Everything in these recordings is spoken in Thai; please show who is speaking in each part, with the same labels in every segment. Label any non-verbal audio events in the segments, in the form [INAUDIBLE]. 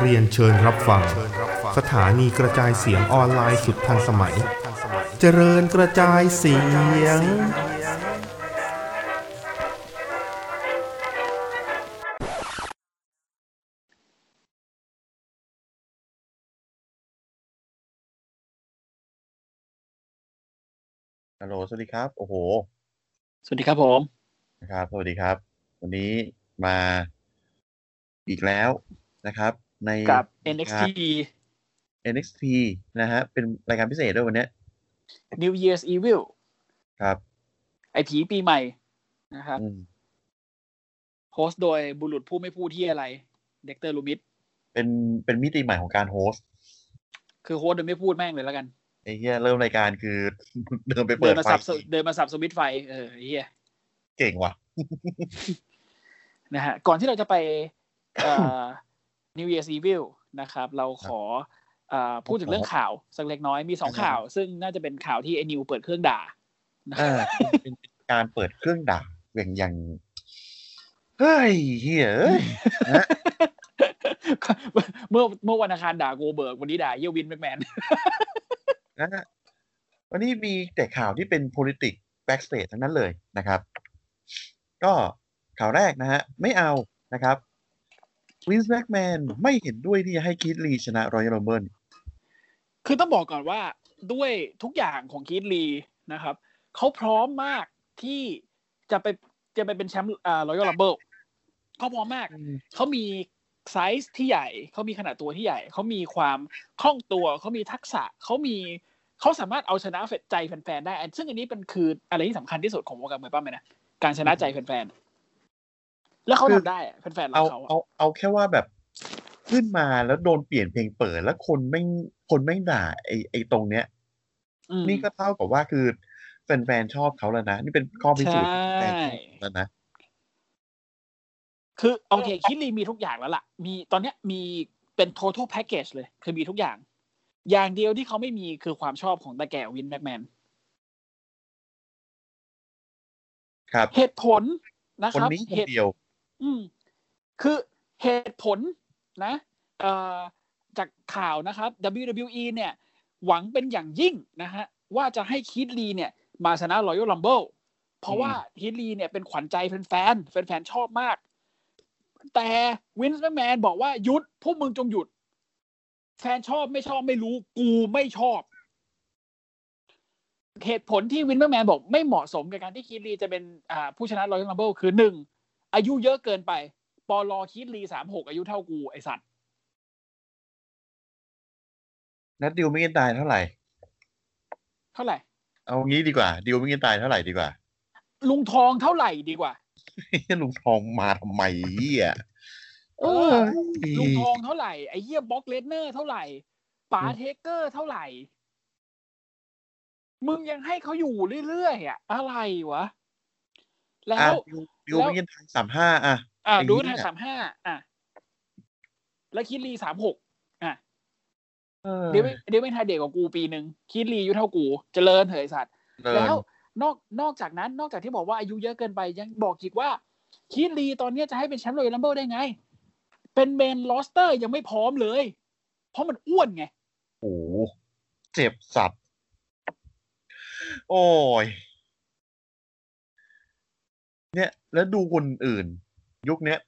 Speaker 1: เรียนเชิญรับฟัง สถานีกระจายเสียงออนไลน์สุดทันสมัย เจริญกระจายเสียง
Speaker 2: ฮัลโหล สวัสดีครับ โอ้โห
Speaker 3: สวัสดีครับผม
Speaker 2: นะครับ สวัสดีครับ วันนี้มาอีกแล้วนะครับ ใน
Speaker 3: กับ NXT
Speaker 2: NXT นะฮะ เป็นรายการพิเศษด้วยวันเนี้ย
Speaker 3: New Year's Evil
Speaker 2: ครับ
Speaker 3: ไอผีปีใหม่นะครับ
Speaker 2: อืม
Speaker 3: โฮสต์โดยบุรุษผู้ไม่พูดที่อะไร เด็กเตอร์ลูมิด
Speaker 2: เป็น เป็นมิติใหม่ของการโฮสต์
Speaker 3: คือโฮสต์โดยไม่พูดแม่งเลยแล้วกัน
Speaker 2: ไอ้เหี้ยเริ่มรายการคือ [LAUGHS] เดินไป
Speaker 3: เดิ
Speaker 2: เปิด
Speaker 3: นมา
Speaker 2: ไฟ
Speaker 3: สับสเดินมาสับสวิตช์ไฟ เออเฮีย
Speaker 2: เก่งว่ะ
Speaker 3: นะฮะก่อนที่เราจะไปเอ่
Speaker 2: [LAUGHS]
Speaker 3: อ New Year's Evil นะครับ เราขอเอ่อพูดถึงเรื่องข่าว สักเล็กน้อยมีสอง
Speaker 2: ครับ
Speaker 3: ข่าว ซึ่งน่าจะเป็นข่าวที่ไอนิวเปิดเครื่องด่า [LAUGHS]
Speaker 2: อ่าเป็นเป็นการเปิดเครื่องด่าอย่างอย่างเฮ้ยเหี้ยเอ้ย
Speaker 3: เมื่อเมื่อวันอังคารด่าโกเบิร์กวันนี้ด่าเยวินแมกแมน
Speaker 2: นะฮะวันนี้มีแต่ข่าวที่เป็น politics backstage ทั้งนั้นเลยนะครับ ก็ข่าวแรกนะฮะ ไม่เอานะครับวินส์แบ็กแมนไม่เห็นด้วยที่จะให้คิดลีชนะรอยัลโรเบิร์น
Speaker 3: คือต้องบอกก่อนว่าด้วยทุกอย่างของคีตลีนะครับเขาพร้อมมากที่จะไปจะไปเป็นแชมป์อ่ารอยัลลับเบิลเขาพร้อมมาก เขามีไซส์ที่ใหญ่ เขามีขนาดตัวที่ใหญ่ เขามีความคล่องตัว เขามีทักษะ เขามีเขาสามารถเอาชนะใจแฟนๆได้อันซึ่งอันนี้เป็นคืออะไรที่สำคัญที่สุดของวงการมวยปั้มเลยนะ การชนะใจแฟนๆ แล้วเขาทำได้อะแฟนๆรั
Speaker 2: เอา
Speaker 3: กเขาอะ
Speaker 2: เอาเอาแค่ว่าแบบขึ้นมาแล้วโดนเปลี่ยนเพลงเปิด แล้วคนไม่งคนไม่งด่าไอไอตรงเนี้ย
Speaker 3: อืม
Speaker 2: นี่ก็เท่ากับว่าคือแฟนๆชอบเขาแล้วนะ นี่เป็นข้อพิสูจน์แฟ
Speaker 3: ใช่
Speaker 2: นชอบแล้วนะ
Speaker 3: คือโอเคคิดลีมีทุกอย่างแล้วล่ะ มีตอนเนี้ยมีเป็น total package เลย คือมีทุกอย่าง อย่างเดียวที่เขาไม่มีคือความชอบของตาแก่วินแม็กแมน
Speaker 2: ครับ
Speaker 3: เหตุผลนะค
Speaker 2: คน
Speaker 3: รับ
Speaker 2: นี้คน
Speaker 3: เหตุ
Speaker 2: เดียว
Speaker 3: อืมคือเหตุผลนะเอ่อจากข่าวนะครับ WWE เนี่ย หวังเป็นอย่างยิ่งนะฮะ ว่าจะให้คิดลีเนี่ย มาชนะ Royal Rumble เพราะว่าคิดลีเนี่ยเป็นขวัญใจแฟนๆแฟนๆชอบมาก แต่วินส์แมนบอกว่าหยุดพวกมึงจงหยุด แฟนชอบไม่ชอบไม่รู้กูไม่ชอบ เหตุผลที่วินส์แมนบอกไม่เหมาะสมกับการที่คิดลีจะเป็นอ่าผู้ชนะรอยัลลัมเบิลคือหนึ่งอายุเยอะเกินไป ปอลอคิดลีสามหกอายุเท่ากูไอสัตว์
Speaker 2: นัดดิวไม่กินตายเท่าไหร่
Speaker 3: เท่าไหร่
Speaker 2: เอางี้ดีกว่าดิวไม่กินตายเท่าไหร่ดีกว่า [LAUGHS]
Speaker 3: ลุงทองเท่าไหร่ดีกว่า
Speaker 2: ลุงทองมาทำไมเหี้ย
Speaker 3: เออ ลุงทองเท่าไหร่ไอเหี้ยบ็อกเลสเนอร์เท่าไหร่ป๋าเทเกอร์เท่าไหร่ มึงยังให้เขาอยู่เรื่อยๆอ่ะอะไรวะ แล้
Speaker 2: อ่ะ
Speaker 3: ว
Speaker 2: ดิวดิวไม่กินตายสามห้าอ่ะ
Speaker 3: อ่า
Speaker 2: อย่างนี้
Speaker 3: ดูทา
Speaker 2: เนี่ย
Speaker 3: สามห้าอ่ะแล้วคิดลีสามหกอ่ะ
Speaker 2: เออ
Speaker 3: เดี๋ยวไม่เดี๋ยวไม่ทายเด็กกว่ากูปีหนึ่งคิดลีอายุเท่ากู เจริญเหยสัตว์
Speaker 2: เดิน
Speaker 3: แล้วนอกนอกจากนั้นนอกจากที่บอกว่าอายุเยอะเกินไปยังบอกอีกว่า คิดลีตอนเนี้ยจะให้เป็นแชมป์โรยัลลัมเบิลได้ไง เป็นเมนลอสเตอร์ยังไม่พร้อมเลย เพราะมันอ้วนไง [SIGHS]
Speaker 2: โอ้โหเจ็บสัตว์ โอ้ย เนี่ย แล้วดูคนอื่น ยุคเนี้ย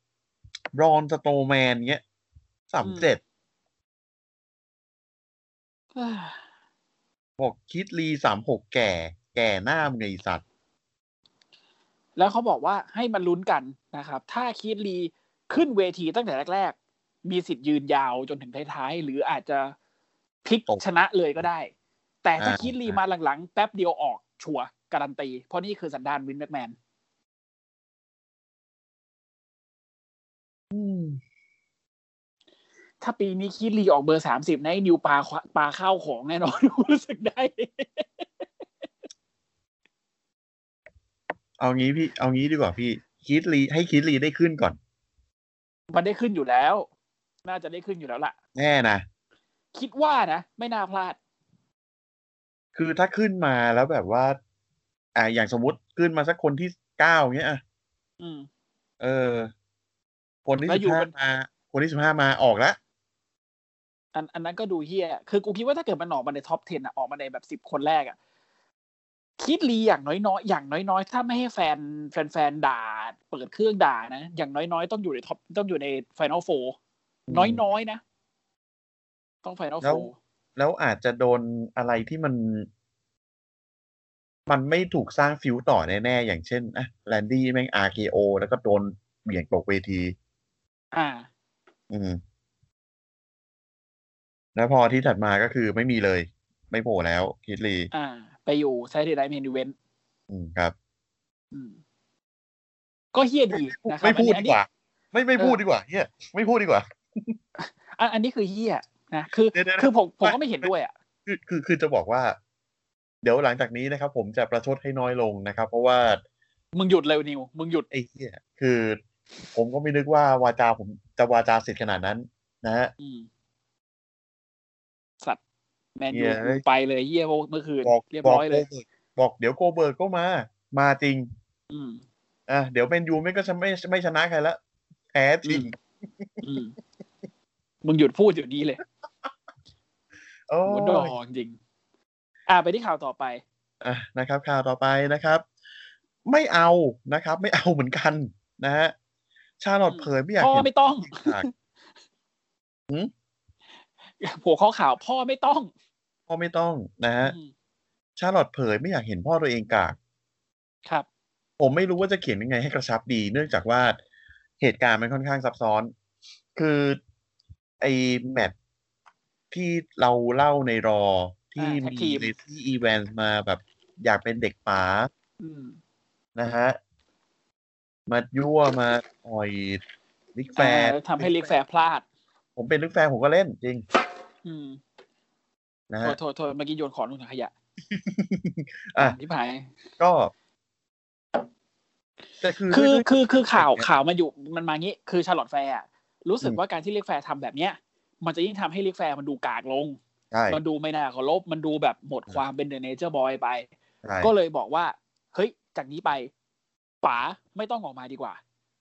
Speaker 2: รอนสโตแมนเงี้ยสามเจ็ด บอกคิดลีสามหกแก่ แก่หน้ามึงไอสัตว์
Speaker 3: แล้วเขาบอกว่าให้มันลุ้นกันนะครับ ถ้าคิดลีขึ้นเวทีตั้งแต่แรก ๆ มีสิทธิ์ยืนยาวจนถึงท้ายๆ หรืออาจจะพลิก
Speaker 2: ตก
Speaker 3: ชนะเลยก็ได้ แต่ถ้า
Speaker 2: อ่า
Speaker 3: คิดลีมาหลัง ๆ แป๊บเดียวออกชัวร์การันตี เพราะนี่คือสันดานวินแมกแมน ถ้าปีนี้คิดลีออกเบอร์สามสิบนะไอ้นิวปลาควปลาข้าวของแน่นอน [LAUGHS] รู้สึกได้
Speaker 2: เอางี้พี่ เอางี้ดีกว่าพี่ คิดลีให้คิดลีได้ขึ้นก่อน
Speaker 3: มันได้ขึ้นอยู่แล้ว น่าจะได้ขึ้นอยู่แล้วล่ะ
Speaker 2: แน่นะ
Speaker 3: คิดว่านะ ไม่น่าพลาด
Speaker 2: คือถ้าขึ้นมาแล้วแบบว่า อ่าอย่างสมมติขึ้นมาสักคนที่เก้าเงี้ยอ่ะ
Speaker 3: อืม
Speaker 2: เออ คนที่
Speaker 3: แล้
Speaker 2: สิ
Speaker 3: วอยู่
Speaker 2: บห้า
Speaker 3: เป็น
Speaker 2: มา คนที่สิบห้ามาออกละ
Speaker 3: อันอันนั้นก็ดูเฮี้ย คือกูคิดว่าถ้าเกิดมันออกมาในท็อป 10อ่ะ ออกมาในแบบสิบ10 คนแรกอ่ะ คิดลีอย่างน้อยๆ อย่างน้อยๆ ถ้าไม่ให้แฟนแฟนๆ ด่า เปิดเครื่องด่านะ อย่างน้อยๆ ต้องอยู่ในท็อป ต้องอยู่ในไฟนอลโฟน้อยๆ นะ ต้องไฟนอลโฟ
Speaker 2: แล้วอาจจะโดนอะไรที่มัน มันไม่ถูกสร้างฟิวต่อแน่ๆ อย่างเช่นอ่ะแลนดี้แม่ง RKO แล้วก็โดนเบี่ยงตกเวที
Speaker 3: อ่า
Speaker 2: อืม แล้วพอที่ถัดมาก็คือไม่มีเลย ไม่โผล่แล้ว คิดลี
Speaker 3: อ่า ไปอยู่ไซต์ไดเมนดิเวน
Speaker 2: อืมครับ
Speaker 3: ก็เฮี้ยดีนะครับ
Speaker 2: ไม่พูด
Speaker 3: อัน
Speaker 2: ดีก
Speaker 3: นี้
Speaker 2: ว่า ไม่ไม่พูดดีกว่าเฮียไม่พูดดีกว่า
Speaker 3: อันนี้อันนี้คือเฮี้ยนะ คือ
Speaker 2: เดี๋ยวๆ
Speaker 3: คือผมผมก็ไม่เห็นด้วยอ่ะ
Speaker 2: คือคือคือจะบอกว่า เดี๋ยวหลังจากนี้นะครับ ผมจะประชดให้น้อยลงนะครับ เพราะว่า
Speaker 3: มึงหยุดเลยนิว มึงหยุด
Speaker 2: ไอ้เฮียคือ ผมก็ไม่นึกว่าวาจาผมจะวาจาเสร็จขนาดนั้น นะฮะ
Speaker 3: อืม สัตว์แมน
Speaker 2: เหี้
Speaker 3: ยู
Speaker 2: ยเอ้ย
Speaker 3: ไปเลยเยี่ยโว้ยเมื่อคืน
Speaker 2: บอก
Speaker 3: เรียบบ
Speaker 2: อ
Speaker 3: ร้
Speaker 2: ก
Speaker 3: อย
Speaker 2: โก
Speaker 3: เลย
Speaker 2: เบิร์กบอกเดี๋ยวโกเบิร์กก็มา มาจริง
Speaker 3: อืม
Speaker 2: อ่ะเดี๋ยวแมนยูไม่ก็จะไม่ไม่ชนะใครละแพ้จริง
Speaker 3: อืม มึงหยุดพูดอยู่นี้เลย
Speaker 2: โอ้
Speaker 3: มึงดอย จริงๆอ่าไปที่ข่าวต่อไป
Speaker 2: อ่ะนะครับข่าวต่อไปนะครับ ไม่เอานะครับ ไม่เอาเหมือนกันนะฮะชาลอต
Speaker 3: อืม
Speaker 2: เผยไม่อยาก
Speaker 3: พ่อ
Speaker 2: เห็น
Speaker 3: ไม่ต้อง
Speaker 2: ฉาก หืม
Speaker 3: หัวข้อข่าวพ่อไม่ต้อง
Speaker 2: พ่อไม่ต้องนะฮะ
Speaker 3: อืม
Speaker 2: ชาลอตเผยไม่อยากเห็นพ่อตัวเองกาก
Speaker 3: ครับ
Speaker 2: ผมไม่รู้ว่าจะเขียนยังไงให้กระชับดี เนื่องจากว่าเหตุการณ์มันค่อนข้างซับซ้อน คือไอแมทที่เราเล่าในรอที่
Speaker 3: อ่าแท็กที
Speaker 2: มี
Speaker 3: ม
Speaker 2: เลซี่อีแวนมาแบบอยากเป็นเด็กป๋า
Speaker 3: อืม
Speaker 2: นะฮะ มายั่วมาอ่อยลิกแฟ
Speaker 3: อ่าน แล้วทำให้ลิกแฟร์พลาด
Speaker 2: ผมเป็นลิกแฟนผมก็เล่นจริง
Speaker 3: อืม
Speaker 2: นะ
Speaker 3: โท
Speaker 2: ฮะ
Speaker 3: ษโทษโทษเมื่อกี้โยนของลงถังขยะ
Speaker 2: อ่ะ
Speaker 3: ที่หาย
Speaker 2: ก็แต่คือ
Speaker 3: คือ
Speaker 2: ด้วย
Speaker 3: คือคือข่าว
Speaker 2: เนี่ย
Speaker 3: ข่าวมันอยู่มันมางี้ คือชาร์ลอตแฟร์อะรู้สึก
Speaker 2: อืม
Speaker 3: ว่าการที่เรียกแฟร์ทำแบบเนี้ย มันจะยิ่งทำให้เรียกแฟร์มันดูกากลง
Speaker 2: ใช่
Speaker 3: มันดูไม่น่าเคารพมันดูแบบหมดความเป็นเดอะเนเจอร์บอยไป
Speaker 2: ใช่
Speaker 3: ก็เลยบอกว่า เฮ้ย จากนี้ไปป๋าไม่ต้องออกมาดีกว่า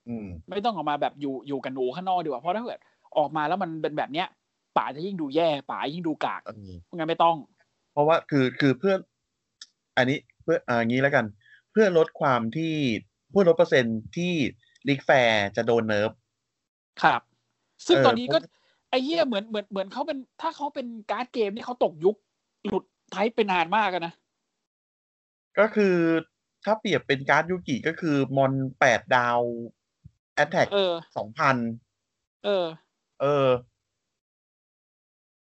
Speaker 2: อืม
Speaker 3: ไม่ต้องออกมาแบบอยู่อยู่กันหนูข้างนอกดีกว่าเพราะถ้าเกิดออกมาแล้วมันเป็นแบบเนี้ยป๋าจะยิ่งดูแย่ป๋ายิ่งดูกากเพราะงั้นไม่ต้อง
Speaker 2: เพราะว่าคือคือเพื่ออันนี้เพื่ออ่างี้แล้วกัน เพื่อลดความที่เพื่อลดเปอร์เซ็นต์ที่ลิกแฟร์จะโดนเนิร์ฟ
Speaker 3: ครับ ซึ่ง
Speaker 2: เออ
Speaker 3: ตอนนี้ก็
Speaker 2: ผม
Speaker 3: ไอ้เหี้ยเหมือนเหมือนเหมือนเขาเป็นถ้าเขาเป็นการ์ดเกมนี่เขาตกยุคหลุดไทป์ไปนานมากอะนะ
Speaker 2: ก็คือถ้าเปรียบเป็นการ์ดยูกิก็คือมอนแปดดาวแอตแทก
Speaker 3: เออ
Speaker 2: สองพัน
Speaker 3: เออ
Speaker 2: เออ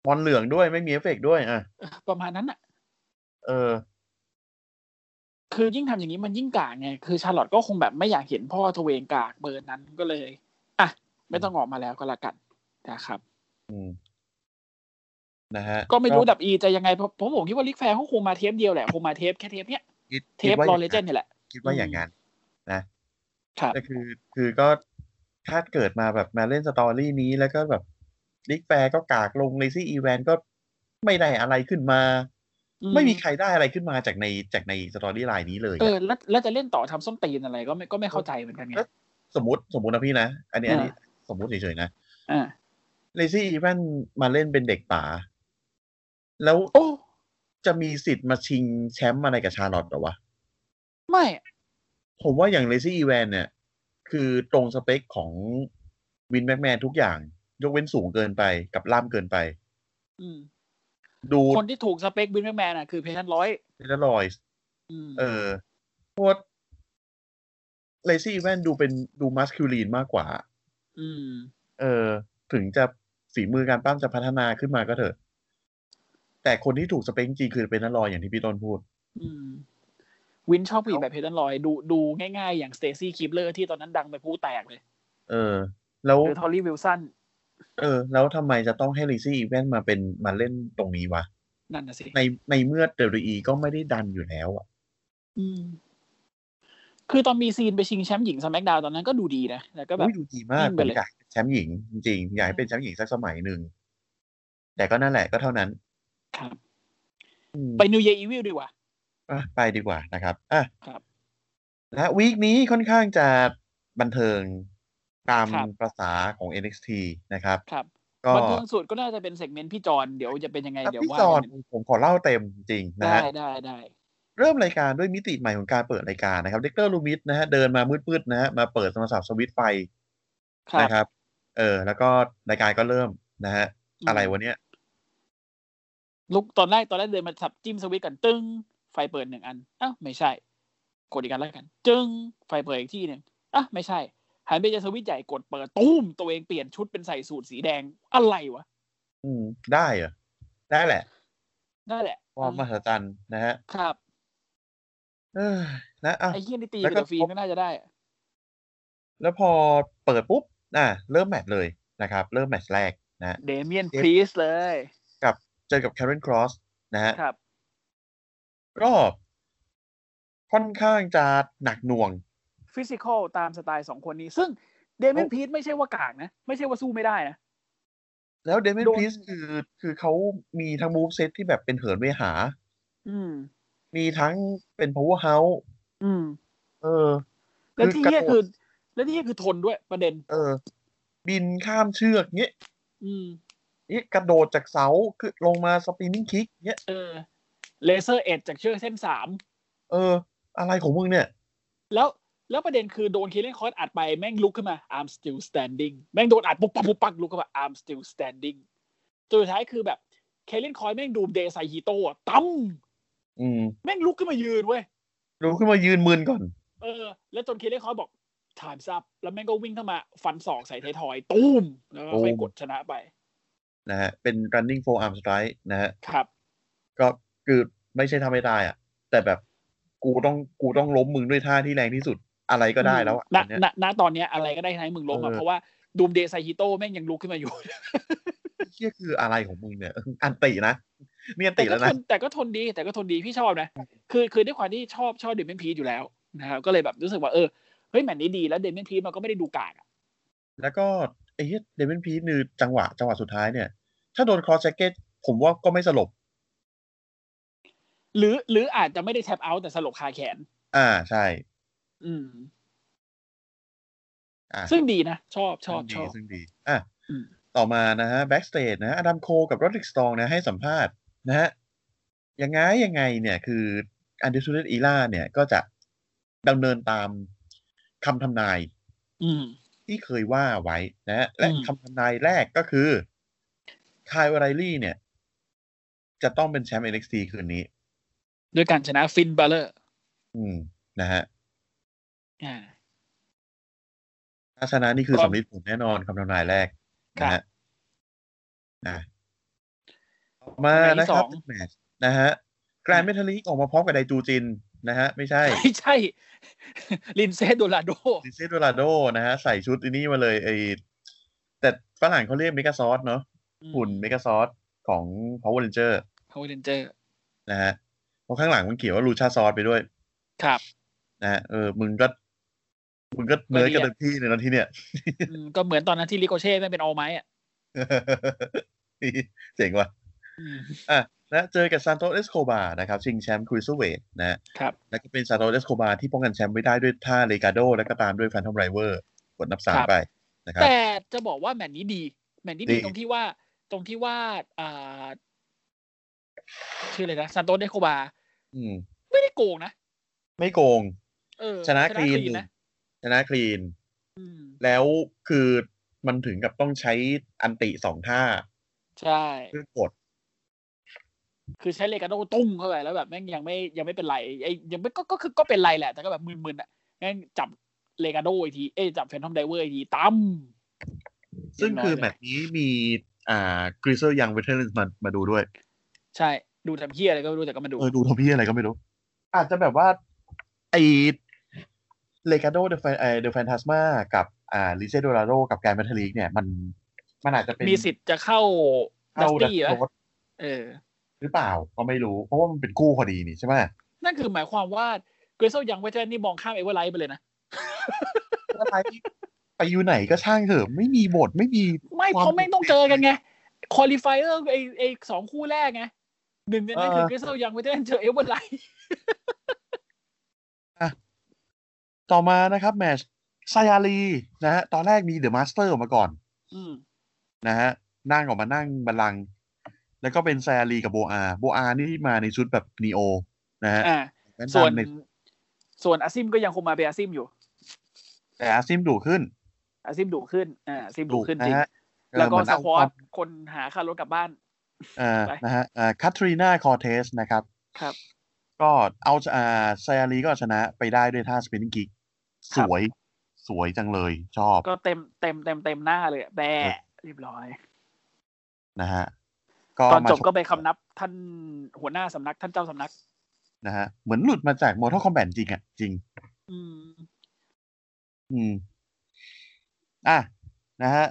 Speaker 2: มอนเหลืองด้วยไม่มีเอฟเฟกต์ด้วยอ่ะ
Speaker 3: ประมาณนั้นอ่ะ
Speaker 2: เออ
Speaker 3: คือยิ่งทำอย่างนี้มันยิ่งกากไง คือชาร์ลอตก็คงแบบไม่อยากเห็นพ่อตัวเองกากเบอร์นั้นก็เลย อ่ะ ไม่ต้องออกมาแล้วก็แล้วกันนะครับ
Speaker 2: อืม นะฮะ
Speaker 3: ก็ไม่รู้ดับอีจะยังไงเพราะเพราะผมคิดว่าลิกแฟร์เขาคงมาเทปเดียวแหละคงมาเทปแค่เทปเนี้ย
Speaker 2: คิด
Speaker 3: เท
Speaker 2: คิด
Speaker 3: ปลอ
Speaker 2: ว่าาง
Speaker 3: เลเจนด์นี่ยแหละ
Speaker 2: คิดว่าอย่างนั้น
Speaker 3: ครับ
Speaker 2: แต่คือ คือก็ถ้าเกิดมาแบบมาเล่นสตอรี่นี้แล้วก็แบบลิกแฟร์ก็กากลงเลซี่อีแวนก็ไม่ได้อะไรขึ้นมา
Speaker 3: อืม
Speaker 2: ไม่มีใครได้อะไรขึ้นมาจากในจากในสตอรี่ไลน์นี้เลย
Speaker 3: เออ
Speaker 2: อะ
Speaker 3: แล้วแล้วจะเล่นต่อทำส้มตีนอะไรก็ไม่ก็ไม่เข้าใจเหมือนกันไง
Speaker 2: สมมติสมมตินะพี่นะ อันนี้อันนี้ สมมติเฉยๆนะ
Speaker 3: อ่า
Speaker 2: เลซี่อีแวนมาเล่นเป็นเด็กป่า แล้ว
Speaker 3: โอ้
Speaker 2: จะมีสิทธิ์มาชิงแชมป์อะไรกับชาร์ลอตเหรอวะ
Speaker 3: ไม่
Speaker 2: ผมว่าอย่างเลซี่อีแวนเนี่ย คือตรงสเปคของวินแม็กแมนทุกอย่าง ยกเว้นสูงเกินไปกับล่ามเกินไป
Speaker 3: อืม
Speaker 2: ดู
Speaker 3: คนที่ถูกสเปคบินแมกแมนอ่ะคือเพนนันร้อย
Speaker 2: เทเลอรอยส์
Speaker 3: อืม
Speaker 2: เออโคตรเลซี่อีแวนดูเป็นดูมัสคิวลีนมากกว่า
Speaker 3: อืม
Speaker 2: เออ ถึงจะฝีมือการปั้มจะพัฒนาขึ้นมาก็เถอะ แต่คนที่ถูกสเปคจริงๆคือเป็นนัลลอยอย่างที่พี่ต้นพูด
Speaker 3: อืม วินชอบผู้หญิงแบบเพดานลอยดูดูง่ายๆ อย่างสเตซี่คิปเลอร์ที่ตอนนั้นดังไปผู้แตกเลย
Speaker 2: เออ แล้ว
Speaker 3: หรือทอลลี่วิลสัน
Speaker 2: เออ แล้วทำไมจะต้องให้ลิซี่อีแวนมาเป็นมาเล่นตรงนี้วะ
Speaker 3: นั่นน่ะสิ
Speaker 2: ในในเมื่อ WWE ก็ไม่ได้ดันอยู่แล้วอ่ะ
Speaker 3: อืม คือตอนมีซีนไปชิงแชมป์หญิงสมักดาวตอนนั้นก็ดูดีนะแต่ก็แบ
Speaker 2: อุ้
Speaker 3: บ
Speaker 2: ยดูดีมาก
Speaker 3: นิ่ง
Speaker 2: ผ
Speaker 3: ไป
Speaker 2: ม
Speaker 3: เล
Speaker 2: อ
Speaker 3: ย
Speaker 2: ยากเป็นแชมป์หญิงจริงๆ อยากให้เป็นแชมป์หญิงสักสมัยหนึ่ง แต่ก็นั่นแหละก็เท่านั้น
Speaker 3: ครับ
Speaker 2: อืม
Speaker 3: ไปนิวเยอีวิลดีกว่า
Speaker 2: อ่ะไปดีกว่านะครับอ่ะ
Speaker 3: ครับ
Speaker 2: นะฮะวีคนี้ค่อนข้างจะบันเทิงตาม
Speaker 3: ครับ
Speaker 2: ประษาของ NXT นะครับ
Speaker 3: ครับ
Speaker 2: ก็
Speaker 3: บันเทิงสุดก็น่าจะเป็นเซกเมนต์พี่จอนเดี๋ยวจะเป็นยังไง
Speaker 2: แต่
Speaker 3: เดี๋ยว
Speaker 2: พี่
Speaker 3: ว่า
Speaker 2: จอน
Speaker 3: กัน
Speaker 2: ผมขอเล่าเต็มจริงๆนะ
Speaker 3: ได้
Speaker 2: ฮะ
Speaker 3: ได้ได้
Speaker 2: เริ่มรายการด้วยมิติใหม่ของการเปิดรายการนะครับเด็กเตอร์ลูมิสนะฮะเดินมามืดๆนะฮะมาเปิดโทรศัพท์สวิตช์ไฟ
Speaker 3: ครับ
Speaker 2: นะครับ เออ แล้วก็รายการก็เริ่มนะฮะอะไรวะเนี่ย
Speaker 3: ลุกตอนแรกตอนแรกเดินมาสับจิ้มสวิตช์กันตึ้งไฟเปิดหนึ่งอันอ้าวไม่ใช่กดอีกอันแล้วกัน จึงไฟเปิดอีกที่หนึ่งอ้าวไม่ใช่หันไปเจอสวิตช์ใหญ่กดเปิดตุ้มตัวเองเปลี่ยนชุดเป็นใส่สูทสีแดงอะไรวะ
Speaker 2: อืม ได้เหรอได้แหละ
Speaker 3: นั่นแหละ
Speaker 2: ความมหัศจรรย์นะฮะ
Speaker 3: ครับ
Speaker 2: เออนะอ่ะ
Speaker 3: ไอ้เฮียนี่ตี
Speaker 2: แล้วก็
Speaker 3: กับฟรีไม่น่าจะได้อะ
Speaker 2: แล้วพอเปิดปุ๊บอ่ะเริ่มแมตช์เลยนะครับ เริ่มแมตช์แรกนะฮะ
Speaker 3: เดเมียนพรีสเลย
Speaker 2: กับเจอกับแค r รนครอสนะฮะ
Speaker 3: ครับ
Speaker 2: ก็ค่อนข้างจะหนักหน่วง
Speaker 3: ฟิสิกอลตามสไตล์สองคนนี้ ซึ่งเดม n น
Speaker 2: โอ้
Speaker 3: พีทไม่ใช่ว่ากากนะ ไม่ใช่ว่าสู้ไม่ได้นะ
Speaker 2: แล้วเดมิน
Speaker 3: โดน
Speaker 2: พีสคือคือเขามีทั้งมูฟเซตที่แบบเป็นเหินเวหา
Speaker 3: อืม
Speaker 2: มีทั้งเป็น power house
Speaker 3: อืม
Speaker 2: เออ
Speaker 3: แล้วที่เฮีย
Speaker 2: คื
Speaker 3: คือ อ แล้วที่เฮียคือทนด้วยประเด็น
Speaker 2: เออ บินข้ามเชือกเงี้ย
Speaker 3: อืม
Speaker 2: เงี้ยกระโดดจากเสาคือลงมาสปินนิ่งคิกเงี้ย
Speaker 3: เออเลเซอร์เอ็ดจากเชือกเส้นสาม
Speaker 2: เออ อะไรของมึงเนี่ย
Speaker 3: แล้วแล้วประเด็นคือโดนคิลเลนคอร์สอัดไปแม่งลุกขึ้นมา I'm still standing แม่งโดนอัดปุ๊บปั๊บปุ๊บปั๊บลุกขึ้นมา I'm still standing ตัวสุดท้ายคือแบบเคลเลนคอร์สแม่งดูมเดย์ไซฮิโต้อะตั้ม
Speaker 2: อืม
Speaker 3: แม่งลุกขึ้นมายืนเว้ย
Speaker 2: ลุกขึ้นมายืนมืนก่อน
Speaker 3: เออ แล้วจนเคเลนคอสบอก time s up แล้วแม่งก็วิ่งเข้ามา ฟันศอกใส่ไทยทอย ตูม แล้วก็ค่อย
Speaker 2: ตูม
Speaker 3: กดชนะไป
Speaker 2: นะฮะ เป็น running four arm strike นะฮะ
Speaker 3: ครับ
Speaker 2: ก็คือไม่ใช่ทำไม่ได้อ่ะ แต่แบบกูต้องกูต้องล้มมึงด้วยท่าที่แรงที่สุดอะไรก็ได้แล้วอ่ะ
Speaker 3: ณ
Speaker 2: อันเนี้ย
Speaker 3: ณณตอนเนี้ยอะไรก็ได้ให้มึงล้มอ่ะ
Speaker 2: เออ
Speaker 3: เพราะว่าดูมเดย์ไซฮิโต้แม่งยังลุกขึ้นมาอยู่
Speaker 2: เชี่ยคืออะไรของมึงเนี่ย อันตินะนี่อัน
Speaker 3: แต่
Speaker 2: [LAUGHS] ติ
Speaker 3: ก็
Speaker 2: แล้ว
Speaker 3: ท
Speaker 2: นะ
Speaker 3: นแต่ก็ทนดีแต่ก็ทนดี พี่ชอบนะ คือคือด้วยความที่ชอบชอบเดมเมนพีอยู่แล้วนะครับก็เลยแบบรู้สึกว่าเออเฮ้ยแมตช์นี้ดีแล้วเดมเมนพีมันก็ไม่ได้ดูกากอะ
Speaker 2: แล้วก็ไอ้เดวินพีนือจังหวะจังหวะสุดท้ายเนี่ย ถ้าโดนคอสแจ็กเก็ตผมว่าก็ไม่สลบ
Speaker 3: หรือหรืออาจจะไม่ได้แท็บเอาท์แต่สลบคาแขน
Speaker 2: อ่าใช่
Speaker 3: อืม
Speaker 2: อ่ะ
Speaker 3: ซึ่งดีนะชอบชอบช
Speaker 2: ซึ่ง
Speaker 3: อ
Speaker 2: ดี
Speaker 3: บ
Speaker 2: ซึ่งดีอ่ะ
Speaker 3: อืม
Speaker 2: ต่อมานะฮะแบ็กสเตจนะฮะอดัมโคกับโรดริกสตองนะให้สัมภาษณ์นะฮะยังไงยังไงเนี่ย คืออันดิสูเดตอีล่าเนี่ย ก็จะดำเนินตามคำทำนาย
Speaker 3: อืม
Speaker 2: ที่เคยว่าไว้นะฮะและ
Speaker 3: อืม
Speaker 2: คำทำนายแรกก็คือคายวอไรลี่เนี่ย จะต้องเป็นแชมป์ NXT คืนนี้
Speaker 3: ด้วยการชนะฟินบัลเลอร์
Speaker 2: อืมนะฮะ
Speaker 3: อ่า
Speaker 2: ถ้าชนะนี่คือ
Speaker 3: ครับ
Speaker 2: สำลิดผลแน่นอนคำทำนายแรกนะ
Speaker 3: ครั
Speaker 2: ฮะ
Speaker 3: บ
Speaker 2: อ่ะต่อมา
Speaker 3: อันที่
Speaker 2: นะค
Speaker 3: ส
Speaker 2: รั
Speaker 3: อบ ง
Speaker 2: เป็นแมตช์นะฮะแกรนด์เมทัลลิกออกมาพร้อมกับไดจูจินนะฮะ ไม่ใช่
Speaker 3: ไม่ใช่ ลินเซโดราโด
Speaker 2: ดิเซโดราโดนะฮะ ใส่ชุดอันนี้มาเลยไอแต่ฝรั่งเขาเรียกเมกาซอสเนาะหุ่นเมกาซอสของ Power Ranger
Speaker 3: ฮาวเดนเจอร์
Speaker 2: นะฮะเพราะข้างหลังมันเขียนว่าลูชาซอสไปด้วย
Speaker 3: ครับ
Speaker 2: นะฮะเออมึงก็มึงก็เนิร์ดกันเต็มที่เลยนะที่เนี่ย [LAUGHS]
Speaker 3: อืมก็เหมือนตอนนั้นที่ลิโกเช่ไม่งเป็นออไม้อ่ะ
Speaker 2: เจ๋งว่ะ
Speaker 3: อืม
Speaker 2: อ่ะนะเจอกับซานโตเอสโคบานะครับ ชิงแชมป์ครูซเวทนะฮะ
Speaker 3: ครับ
Speaker 2: แล้วก็เป็นซานโตเอสโคบาที่ป้องกันแชมป์ไม่ได้ด้วยท่าเลกาโด และก็ตามด้วยแฟนทอมไรเวอร์กดนับสาม
Speaker 3: ครับ
Speaker 2: ไปนะครับ
Speaker 3: แต่จะบอกว่าแมตช์นี้ดี แมตช์นี้ดี
Speaker 2: ดี
Speaker 3: ตรงที่ว่า ตรงที่ว่าอ่าชื่ออะไรนะซันโตสเดโคบา
Speaker 2: อืม
Speaker 3: ไม่ได้โกงนะ
Speaker 2: ไม่โกง
Speaker 3: เออ
Speaker 2: ชนะคลีน
Speaker 3: นะ
Speaker 2: ชนะคลีน
Speaker 3: อืม
Speaker 2: แล้วคือมันถึงกับต้องใช้อันติสองท่า
Speaker 3: ใช่
Speaker 2: เพื่อกด
Speaker 3: คือใช้เลกาโดตุ้งเข้าไปแล้วแบบแม่งยังไม่ยังไม่เป็นไรไอ้ยังไม่ก็ก็คือก็เป็นไรแหละ แต่ก็แบบมึนๆอ่ะแม่งจับเลกาโดอีกทีเอ้ยจับแฟนทอมไดเวอร์อีกทีตั้ม
Speaker 2: ซึ่งคือ
Speaker 3: เรียบร้อยเลย
Speaker 2: แบบนี้มีอ่ากรีเซอร์ยังเวเทอร์มามาดูด้วย
Speaker 3: ใช่ ดูทำเฮียอะไรก็ไม่รู้แต่ก็มาดู
Speaker 2: เออดูทอมพี่อะไรก็ไม่รู้ อาจจะแบบว่า ไอเลกาโดเดอะแฟนไอเดอะแฟนทัสมากับอ่าลิเซโดราโดกับแกนแมทเทลิกเนี่ย มันมันอาจจะเป็น
Speaker 3: มีสิทธิ์จะเข้าดั
Speaker 2: เข้า
Speaker 3: ส
Speaker 2: ดัส
Speaker 3: ตี้
Speaker 2: โร
Speaker 3: แล้ว
Speaker 2: ส
Speaker 3: เออ
Speaker 2: หรือเปล่าก็ไม่รู้ เพราะว่ามันเป็นคู่พอดีนี่ใช่ไหม
Speaker 3: นั่นคือหมายความว่าเกรซ y ยังเวเทนนี่มองข้ามเอเวอร์ไลท์ไปเลยนะ
Speaker 2: แล้วท้ายที่ไปอยู่ไหนก็ช่างเถอะ ไม่มีบทไม่มี
Speaker 3: ไม่
Speaker 2: ความ
Speaker 3: เพราะไม่ต้องเจอกันไงค u a ลิฟายเออร์ไอไอสองคู่แรกไงหนึ่งในนั้น
Speaker 2: เออ
Speaker 3: คือเกรซ y ยังเวเทนเจอเอเวอร์ไลท์
Speaker 2: ต่อมานะครับแมตชซายาลีนะฮะตอนแรกมีเดอะมาสเตอร์ออกมาก่อน
Speaker 3: อืม
Speaker 2: นะฮะนั่งออกมานั่งบัลลังก์แล้วก็เป็นซายาลีกับโบอาโบอานี่มาในชุดแบบนีโอนะฮะ
Speaker 3: อ่า
Speaker 2: แะำ
Speaker 3: ส่วน
Speaker 2: ใน
Speaker 3: ส่วนอาซิมก็ยังคงมาเป็นอาซิมอยู่
Speaker 2: แต่อาซิมดุขึ้น
Speaker 3: อาซิมดุขึ้นอ่าอาซิมดุขึ้นจริง
Speaker 2: นะฮะ
Speaker 3: แล้วก็
Speaker 2: เออเหมือน
Speaker 3: ส
Speaker 2: เอา
Speaker 3: ป
Speaker 2: ค
Speaker 3: อร์
Speaker 2: วา
Speaker 3: ต
Speaker 2: ม
Speaker 3: คนหาค่ารถกลับบ้าน
Speaker 2: เอ่อ
Speaker 3: ไป
Speaker 2: นะฮะเอ่อคาทรีนาคอเทสนะครับ
Speaker 3: ครับ
Speaker 2: ก็เอาอ่าซารีก็ชนะไปได้ด้วยท่าสปินกิกสวย สวยจังเลยชอบ
Speaker 3: ก็เต็มเต็มเต็มเต็มหน้าเลยอะแบะเรียบร้อย
Speaker 2: นะฮะ ก็
Speaker 3: ตอนจบ
Speaker 2: มาช
Speaker 3: ก็ไปคำนับท่านหัวหน้าสำนักท่านเจ้าสำนัก
Speaker 2: นะฮะ เหมือนหลุดมาจาก Mortal Kombat จริงอ่ะ จริง
Speaker 3: อืม
Speaker 2: อืม อ่ะ นะฮะ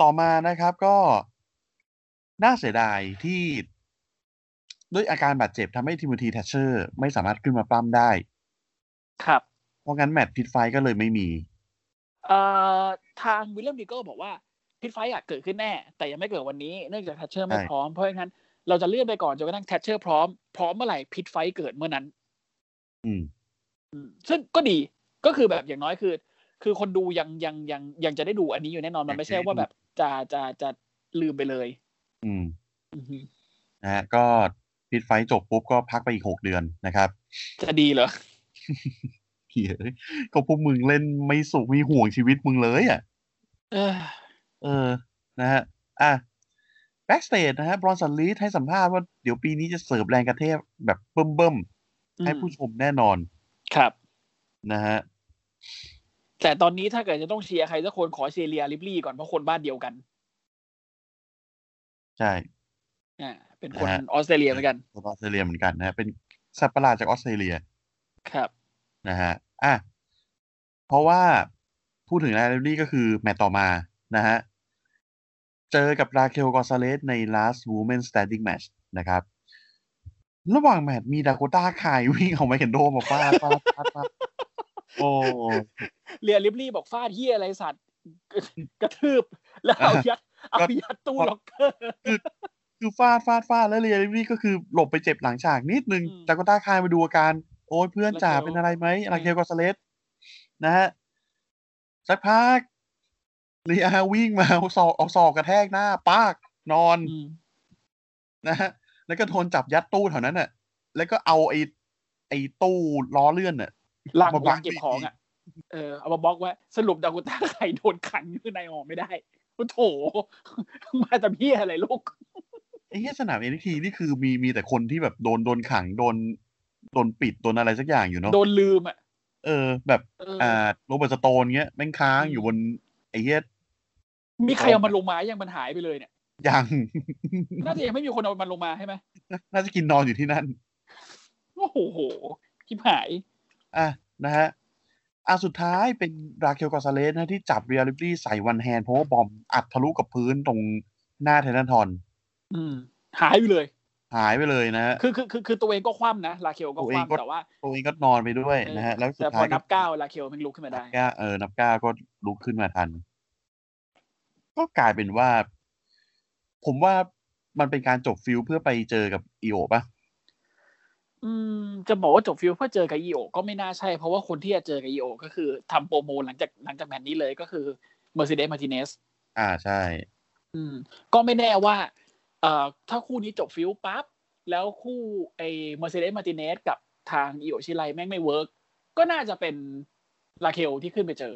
Speaker 2: ต่อมานะครับก็ น่าเสียดายที่ด้วยอาการบาดเจ็บทำให้ทิมูธีแทชเชอร์ ไม่สามารถขึ้นมาปล้ำได้
Speaker 3: ครับ
Speaker 2: เพราะงั้นแมตช์พิทไฟก็เลยไม่มี
Speaker 3: เอ่อทางวิลเลียมดีเกิลบอกว่าพิทไฟท์อะเกิดขึ้นแน่ แต่ยังไม่เกิดวันนี้เนื่องจากแทชเชอร์ไม่
Speaker 2: ใช่
Speaker 3: พร้อมเพราะงั้นเราจะเลื่อนไปก่อนจนกระทั่งแทชเชอร์พร้อม พร้อมเมื่อไหร่พิทไฟท์เกิดเมื่อนั้น
Speaker 2: อืม
Speaker 3: อืมซึ่งก็ดีก็คือแบบอย่างน้อยคือ คือคนดูยังยังยังยังจะได้ดูอันนี้อยู่แน่นอนมันไม่ใช่ว่าแบบจะจะจะลืมไปเลย
Speaker 2: อืม
Speaker 3: อือฮึ
Speaker 2: นะฮะก็พิดไฟท์จบปุ๊บก็พักไปอีกหกเดือนนะครับ [LAUGHS]
Speaker 3: จะดีเหรอ
Speaker 2: เฮ้ยก็พวกมึงเล่นไม่สุขมีห่วงชีวิตมึงเลยอ่ะ
Speaker 3: เออ
Speaker 2: เออ นะฮะ อ่ะแบ็กสเตจนะฮะบรอนสันลีดให้สัมภาษณ์ว่าเดี๋ยวปีนี้จะเสิร์ฟแรงกระเทบแบบเบิ่มๆ ให้ผู้ชมแน่นอน
Speaker 3: ครับ
Speaker 2: นะฮะ
Speaker 3: แต่ตอนนี้ถ้าเกิดจะต้องเชียร์ใครสักคนขอเชียร์เรียลิบลี่ก่อนเพราะคนบ้านเดียวกัน
Speaker 2: ใช่
Speaker 3: อ่าเป็นคนออสเตรเลียเหมือนกัน
Speaker 2: คนออสเตรเลียเหมือนกันนะฮะ เป็นสัตว์ประหลาดจากออสเตรเลีย
Speaker 3: ครับ
Speaker 2: นะฮะ อ่ะ เพราะว่าพูดถึงไอร์ลี่ก็คือแมตตช์ต่อมานะฮะ เจอกับราเคลกอซาเลสใน last woman standing match นะครับ ระหว่างแมตช์มีดาโกต้าคายวิ่งเอาไมเคนโดมาฟา [LAUGHS] ดฟาดฟาดฟาดโอ้
Speaker 3: เรียลิบลี่บอกฟาดเฮียอะไรสัตว์ [LAUGHS] กระทืบ แล้วเอายัดเอายัดตู้ล็อกเกอร์
Speaker 2: คือฟาดฟาดฟาดแล้วเรียลิลี่ก็คือหลบไปเจ็บหลังฉากนิดนึง
Speaker 3: อืม
Speaker 2: ดาโกต้าคายมาดูอาการ โอ้ยเพื่อนจ๋า
Speaker 3: ราเคล
Speaker 2: เป็นอะไรไหมราเคลกอซาเลสนะฮะ สักพักเรียวิ่งมาเอาศอกเอาศอกกระแทกหน้า ปากนอน
Speaker 3: อืม
Speaker 2: นะฮะ แล้วก็โดนจับยัดตู้แถวนั้นน่ะ แล้วก็เอาไอ้ไอ้ตู้ล้อเลื่อนน่ะ
Speaker 3: ลาง
Speaker 2: มาบั
Speaker 3: วาง งเก็บของอ่ะ เออเอามาบล็อกไว้สรุปดากุต้าไข่โดนขังอยู่ในออกไม่ได้โอ้โถ มาแต่เฮียอะไรลูก
Speaker 2: ไอ้เหี้ยสนามเอ็นทีนี่คือมีมีแต่คนที่แบบโดนโดนขังโดนโดนปิดโดนอะไรสักอย่างอยู่เนาะ
Speaker 3: โดนลืมอ่ะ
Speaker 2: เออ แบบ
Speaker 3: เอออ
Speaker 2: อ่าโรเบิร์ตสโตนเงี้ยแม่งค้างอยู่บนไอ้เหี้ย
Speaker 3: มีใครเอามันลงมายังมันหายไปเลยเนี่ย
Speaker 2: ยัง [LAUGHS]
Speaker 3: น่าจะยังไม่มีคนเอามันลงมาใช่ไหม
Speaker 2: น่าจะกินนอนอยู่ที่นั่น
Speaker 3: โอ้โหทิบหาย
Speaker 2: อ่ะนะฮะอ่ะสุดท้ายเป็นราเคลกอซาเลสนะที่จับเรียลิตี้ใส่วันแฮนด์เพราะว่าบอมอัดทะลุกับพื้นตรงหน้าเทนนทอน
Speaker 3: อืม หายไปเลย
Speaker 2: หายไปเลยนะฮะ
Speaker 3: คือคือคือคือตัวเองก็คว่ำนะลาเคลก็
Speaker 2: ตัว
Speaker 3: ค
Speaker 2: เองก็
Speaker 3: ว่ำแต่ว่า
Speaker 2: ตัวเองก็นอนไปด้วยนะฮะ แล้วสุด
Speaker 3: แต่พ
Speaker 2: ท้า
Speaker 3: อย
Speaker 2: ก็
Speaker 3: นับเก้าลาเคลมันลุกขึ้นมา
Speaker 2: นั
Speaker 3: ได้
Speaker 2: บเก้าเออ นับเก้าก็ลุกขึ้นมาทัน ก็กลายเป็นว่า ผมว่ามันเป็นการจบฟิลเพื่อไปเจอกับอีโอปะ
Speaker 3: อืมจะบอกว่าจบฟิลเพื่อเจอกับอีโอก็ไม่น่าใช่ เพราะว่าคนที่จะเจอกับอีโอก็คือทำโปรโมหลังจากหลังจากแมตช์นี้เลยก็คือเมอร์เซเดสมาร์ติเนส
Speaker 2: อ่าใช่
Speaker 3: อืม ก็ไม่แน่ว่า เอ่อถ้าคู่นี้จบฟิลปั๊บ แล้วคู่ไอเมอร์เซเดสมาร์ติเนสกับทางอีโอชิไลแม่งไม่เวิร์กก็น่าจะเป็นลาเคลที่ขึ้นไปเจอ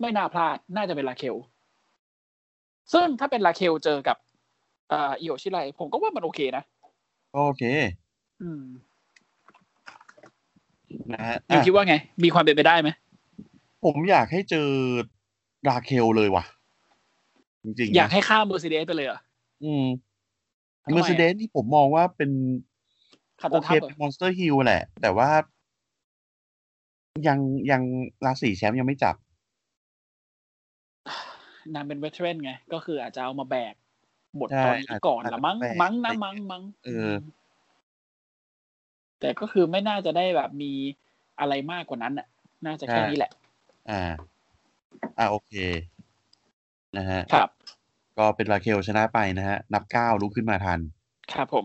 Speaker 3: ไม่น่าพลาดน่าจะเป็นลาเคลซึ่งถ้าเป็นลาเคลเจอกับเอ่ออีโอชิไลผมก็ว่ามันโอเคนะ
Speaker 2: ก็โอเค
Speaker 3: อืม
Speaker 2: นะฮะ
Speaker 3: ยู
Speaker 2: อ่ะ
Speaker 3: คิดว่าไง มีความเป็นไปได้ไหม
Speaker 2: ผมอยากให้เจอราเคลเลยว่ะ จริงๆ
Speaker 3: อยาก
Speaker 2: นะ
Speaker 3: ให้ข้ามเมอร์เซเดสไปเลยเหรอ
Speaker 2: อืม
Speaker 3: ทำไมอะ
Speaker 2: เมอร์เซเดสนี่ผมมองว่าเป็น
Speaker 3: ขัด
Speaker 2: โอ
Speaker 3: ตะ
Speaker 2: เค
Speaker 3: ทับเหร
Speaker 2: เป็
Speaker 3: อน
Speaker 2: มอนสเตอร์ฮิลแหละ แต่ว่ายังยังราศีแชมป์ยังไม่จับ
Speaker 3: นางเป็นเวทเทรนไง ก็คืออาจจะเอามาแบก บท
Speaker 2: ใช่
Speaker 3: ตอนนี้ก่อน
Speaker 2: อาจจะ
Speaker 3: ละมั้ง
Speaker 2: แบก
Speaker 3: มั้งนะ
Speaker 2: อะไร
Speaker 3: มั้งมั้ง
Speaker 2: เออ
Speaker 3: แต่ก็คือไม่น่าจะได้แบบมีอะไรมากกว่านั้นน่ะ น่าจะแค่นี้แหละ
Speaker 2: อ่า อ่าโอเค นะฮะ
Speaker 3: ครับ
Speaker 2: ก็เป็นราเคลชนะไปนะฮะ นับเก้าลุกขึ้นมาทัน
Speaker 3: ครับผม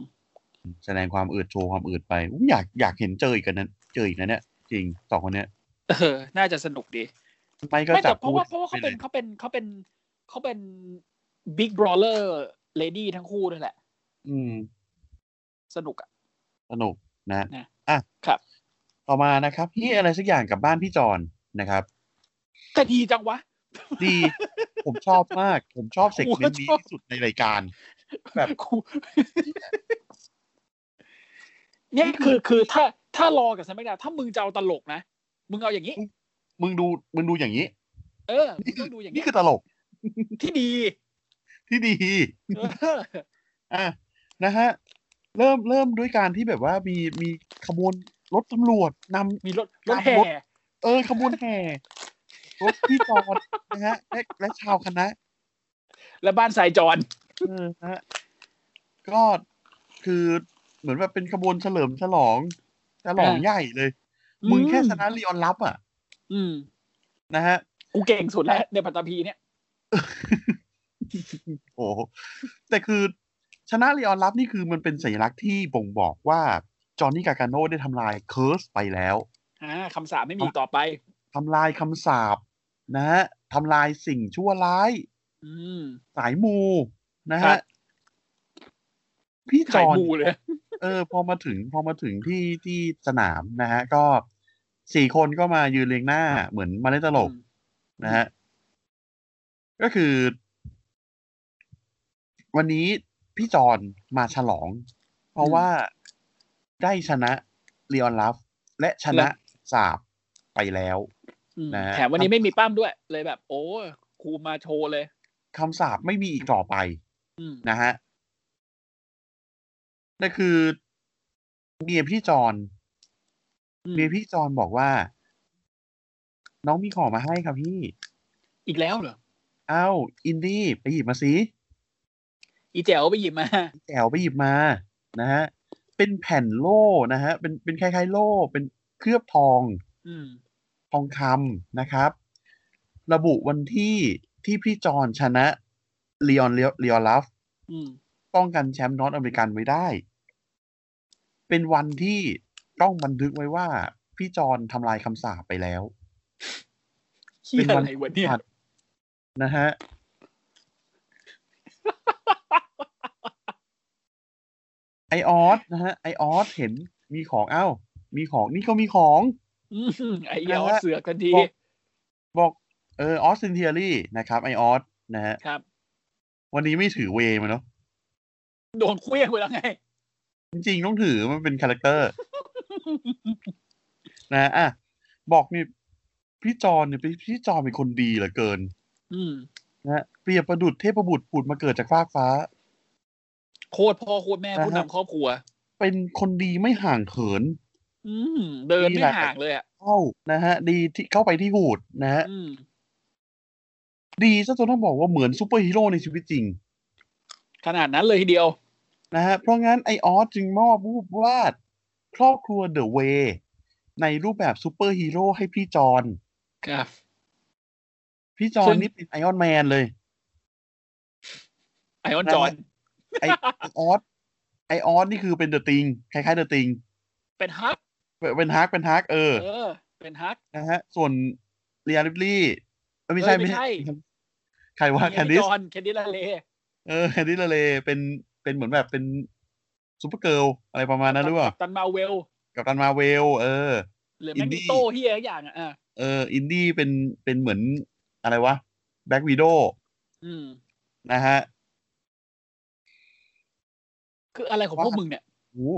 Speaker 2: แสดงความอืดโชว์ความอืดไปอุ๊ยอยากอยากเห็นเจออีกกันนั้น เจออีกนะเนี่ยจริงสองคนเนี้ย
Speaker 3: เออ น่าจะสนุกดี
Speaker 2: ไม่ก็
Speaker 3: ไม่
Speaker 2: จั
Speaker 3: แต่
Speaker 2: บ
Speaker 3: เพราะว่าเพราะว่า
Speaker 2: ไปล
Speaker 3: เขาเป็น
Speaker 2: ย
Speaker 3: เขาเป็นเขาเป็นเขาเป็นบิ๊กบรอเลอร์เลดี้ทั้งคู่นั่นแหละ
Speaker 2: อืม
Speaker 3: สนุกอ่ะ
Speaker 2: สนุกนะ
Speaker 3: นะ
Speaker 2: อ่ะ
Speaker 3: ครับ
Speaker 2: ต่อมานะครับพี่อะไรสักอย่างกับบ้านพี่จอนนะครับ
Speaker 3: แต่ดีจังวะ
Speaker 2: ดี [LAUGHS] ผมชอบมาก ผมชอบเซกเมนต์นี้
Speaker 3: โอ้ชอบ
Speaker 2: ที่สุดในรายการ แบบ
Speaker 3: กู [LAUGHS] เนี่ยคือคือถ้าถ้ารอกับสมัยดาวถ้ามึงจะเอาตลกนะ มึงเอาอย่างนี้
Speaker 2: มึงดูมึงดูอย่างนี้
Speaker 3: เออมึงต้องดูอย่าง
Speaker 2: นี่
Speaker 3: นี้
Speaker 2: คือตลก
Speaker 3: ที่ดี
Speaker 2: ที่ดี
Speaker 3: เออ
Speaker 2: อ่ะนะฮะ เริ่มเริ่มด้วยการที่แบบว่ามีมีขบวนรถตำรวจนำ
Speaker 3: มีรถรถ
Speaker 2: ตาม
Speaker 3: แห่
Speaker 2: รถ เออขบวนแห่รถพี่จอนนะฮะและและชาวคณะ
Speaker 3: และบ้านสายจอน
Speaker 2: เออฮะก็คือเหมือนแบบเป็นขบวนเฉลิมฉลองฉลอง
Speaker 3: อ่า
Speaker 2: ใหญ่เลย มึงแค่ชนะลีออนลับอ่ะ
Speaker 3: อืม
Speaker 2: นะฮะ
Speaker 3: กูเก่งสุดแล้วในปัตตภีเนี่ย
Speaker 2: โอ้โหแต่คือชนะลีออนลับนี่คือมันเป็นสัญลักษณ์ที่บ่งบอกว่า จอห์นนี่กาการโน่ได้ทำลายเคิร์สไปแล้ว
Speaker 3: อ่าคำสาปไม่มีต่อไป
Speaker 2: ทำลายคำสาปนะฮะทำลายสิ่งชั่วร้าย
Speaker 3: อืม
Speaker 2: สายมูนะ
Speaker 3: ครั
Speaker 2: ฮะ
Speaker 3: บ
Speaker 2: พี่จ
Speaker 3: ขาย
Speaker 2: อห์น
Speaker 3: บูเลย
Speaker 2: เออพอมาถึงพอมาถึงที่ที่สนามนะฮะ ก็สี่คนก็มายืนเรียงหน้าเหมือนมาเล่นตลกนะฮะ ก็คือ วันนี้พี่จอนมาฉลอง เพราะ
Speaker 3: อืม
Speaker 2: ว่าได้ชนะเรียนลัฟ และชนะ
Speaker 3: และ
Speaker 2: สาบไปแล้ว
Speaker 3: อืม
Speaker 2: นะฮะ
Speaker 3: แถมวันนี้ไม่มีป้ามด้วย เลยแบบ โอ้ครูมาโชว์เลย
Speaker 2: คำสาบไม่มีอีกต่อไป
Speaker 3: อืม
Speaker 2: นะฮะนั่นคือเมียพี่จอน
Speaker 3: อืม
Speaker 2: เมียพี่จอนบอกว่า น้องมีของมาให้ครับพี่
Speaker 3: อีกแล้วเหรอ
Speaker 2: เอ้า อินดี้ไปหยิบมาสิ
Speaker 3: อีแจ๋วไปหยิบมา
Speaker 2: แจวไปหยิบมานะฮะ เป็นแผ่นโล่นะฮะ เป็นเป็นคล้ายๆโล่ เป็นเคลือบทอง
Speaker 3: อืม
Speaker 2: ทองคำนะครับ ระบุวันที่ที่พี่จอนชนะเล o อ l เล o อลัฟ
Speaker 3: อืม
Speaker 2: ป้องกันแชมป์นอตอเมริกันไว้ได้ เป็นวันที่ต้องบันทึกไว้ว่า พี่จอนทำลายคำสาปไปแล้ว
Speaker 3: ขี้ยอะไรวะเนี่ย
Speaker 2: นะฮะ ไอออสนะฮะ ไอออสเห็นมีของเอ้า มีของนี่ก็มีของ
Speaker 3: อืมไอ้เหี้ย
Speaker 2: นะ
Speaker 3: อ
Speaker 2: ฮะ
Speaker 3: อเสือกกันที
Speaker 2: บอกบอกเออออสซินเทียรี่นะครับ ไอออสนะฮะ
Speaker 3: ครับ
Speaker 2: วันนี้ไม่ถือเวย์มาเนาะ
Speaker 3: โดนเคลี้ยงไปแล้วไง
Speaker 2: จริงๆต้องถือมันเป็นคาแรคเตอร์ นะอ่ะบอกนี่พี่จอนเนี่ยพี่พี่จอนเป็นคนดีเหลือเกิน
Speaker 3: อืม
Speaker 2: นะเปรียบประดุจเทพบุตรผุดมาเกิดจากฟากฟ้า
Speaker 3: โคตรพ่อโคตรแม่
Speaker 2: นะฮะ
Speaker 3: ผู้นำครอบครัว
Speaker 2: เป็นคนดีไม่ห่างเขิน
Speaker 3: อืม เดิน
Speaker 2: นี่แห
Speaker 3: ไม่
Speaker 2: ละ
Speaker 3: ห่างเลยอ่ะ
Speaker 2: เข้านะฮะ ดีที่เข้าไปที่หูดนะฮะ
Speaker 3: อืม
Speaker 2: ดีซะจนต้องบอกว่าเหมือนซูเปอร์ฮีโร่ในชีวิตจริง
Speaker 3: ขนาดนั้นเลยทีเดียว
Speaker 2: นะฮะ เพราะงั้นไอออสจึงมอบรูปวาด ครอบครัวเดอะเวย์ในรูปแบบซูเปอร์ฮีโร่ให้พี่จอน
Speaker 3: ครับ
Speaker 2: พี่จอ
Speaker 3: ซึ่
Speaker 2: น
Speaker 3: ง
Speaker 2: นี่เป็นไอออนแมนเลย
Speaker 3: ไอออน
Speaker 2: นะฮะ
Speaker 3: จอน
Speaker 2: ไอไอออสไอออสนี่คือเป็นเดอะติงคล้ายๆเดอะติง
Speaker 3: เป็นฮัก
Speaker 2: เป็นฮาร์กเป็นฮาร์กเออ
Speaker 3: เออ เป็นฮัก
Speaker 2: นะฮะ ส่วนเรียลิปลี่เอ้ยไม่ใช่
Speaker 3: เอ้ยไม่
Speaker 2: ไม่
Speaker 3: ใช่
Speaker 2: ใช่ ใครว่าแคนดิส
Speaker 3: จอนแคนดิสลาเล
Speaker 2: เออแคนดิสเลเป็นเป็นเหมือนแบบเป็นซูเปอร์เกิร์ลอะไรประมาณนั้นหรือเปล่า
Speaker 3: กัปตันมาเวล
Speaker 2: กับตันมาเวล เออ
Speaker 3: หรือ
Speaker 2: อิ
Speaker 3: แมก
Speaker 2: นดี้
Speaker 3: นิโตเฮียอย่างอ่ะอ่ะ
Speaker 2: เออ อินดี้เป็นเป็นเหมือนอะไรวะแบ็กวีโด
Speaker 3: อืม
Speaker 2: นะฮะ
Speaker 3: คืออะไรของพวกมึงเนี่ย
Speaker 2: โอ้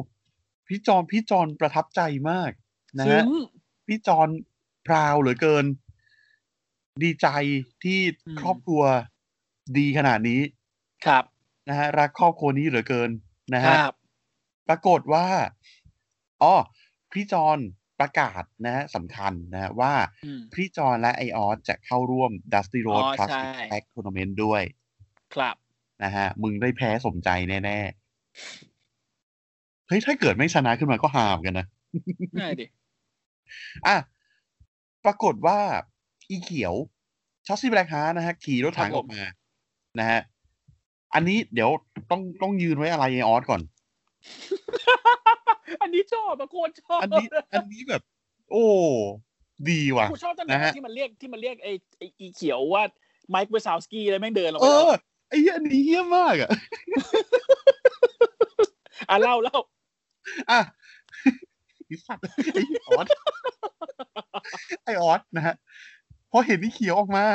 Speaker 2: พี่จอนพี่จอนประทับใจมากนะ
Speaker 3: ซึ้
Speaker 2: ฮะ
Speaker 3: ง
Speaker 2: พี่จอนพราวเหลือเกิน ดีใจที่
Speaker 3: อืม
Speaker 2: ครอบครัวดีขนาดนี้
Speaker 3: ครับ
Speaker 2: นะฮะ รักครอบครัวนี้เหลือเกินนะ
Speaker 3: ค
Speaker 2: ฮะ
Speaker 3: รับ
Speaker 2: ปรากฏว่า อ๋อ พี่จอนประกาศนะฮะสำคัญนะฮะว่า
Speaker 3: อืม
Speaker 2: พี่จอนและไอออสจะเข้าร่วม Dusty Road
Speaker 3: อ๋อ
Speaker 2: Classic
Speaker 3: ใช่
Speaker 2: Tag Tournament ด้วย
Speaker 3: ครับ
Speaker 2: นะฮะ มึงได้แพ้สมใจแน่ๆ เฮ้ย ถ้าเกิดไม่ชนะขึ้นมาก็หามกันนะ
Speaker 3: ง่ายดิ
Speaker 2: อ่ะ ปรากฏว่า อีเขียวชอสซี่แบล็กฮาร์ทนะฮะ ขี่รถถัง
Speaker 3: ค
Speaker 2: [LAUGHS] อ
Speaker 3: รับผม
Speaker 2: อกมา นะฮะ อันนี้เดี๋ยวต้องต้องยืนไว้อะไรไอออสก่อน
Speaker 3: อันนี้ชอบอะโคตรชอบ
Speaker 2: อันนี้อันนี้แบบ โอ้ ดีว่ะ
Speaker 3: กูชอบตั้งแต่
Speaker 2: นะฮะ
Speaker 3: ที่มันเรียกที่มันเรียกไอ้ไอ้อีเขียวว่าไมค์เวสซาวสกี้อะไรแม่งเดินออก
Speaker 2: เอ
Speaker 3: ไปแล้ว
Speaker 2: อไอ้เหี้ยอันนี้เฮี้ยมากอ่ะ
Speaker 3: อ่ะเล่าเล่า
Speaker 2: อ่ะไอ้สัตว์ไอ้ออสไอ้ออสนะฮะพอเห็นนี่เขียวออกมา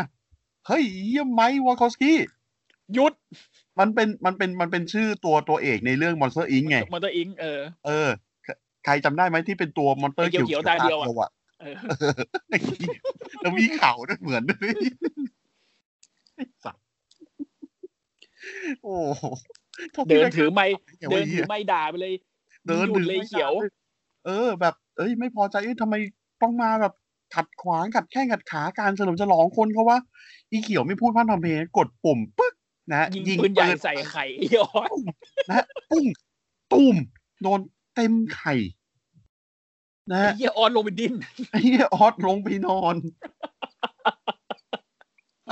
Speaker 2: เฮ้ยเยี่ยมไหมวอลคอสกี้
Speaker 3: หยุด
Speaker 2: มันเป็นมันเป็นมันเป็นชื่อตัวตัวเอกในเรื่องมอนสเตอร์อิงไง
Speaker 3: มอนเตอร์อิงเออ
Speaker 2: เออ ใครจำได้ไหมที่เป็นตัวมอนเตอร์
Speaker 3: ไอ้เขียวๆตาเดียวอะ เออ
Speaker 2: ไอ้เหี้ยแล้วมีเขาด้วยเหมือนด้วยไอ้สัตว์โอ้โห
Speaker 3: เดินถือไมค์
Speaker 2: อย่าง
Speaker 3: เดิ
Speaker 2: ไอ้
Speaker 3: นถื
Speaker 2: เหี้ย
Speaker 3: อไมค์ด่าไปเลย
Speaker 2: เดิน
Speaker 3: หยุดเลย
Speaker 2: ไม่
Speaker 3: เขียว
Speaker 2: ได้เออ แบบ เอ้ย ไม่พอใจ เอ้ยทำไมต้องมาแบบขัดขวางขัดแข้งขัดขาการเฉลิมฉลองคนเขาว่า อีเขียวไม่พูดพร่ำทำเพลงกดปุ่มปึ๊กนะฮะ
Speaker 3: ยิงปืนใหญ่ใส่ไข่ไอ้ออส
Speaker 2: นะฮะปุ้งตูมโดนเต็มไข่ นะ
Speaker 3: ไอ้
Speaker 2: ฮะ
Speaker 3: เหี้ยออสลงไปดิ้น
Speaker 2: ไอ้เหี้ยออสลงไปนอน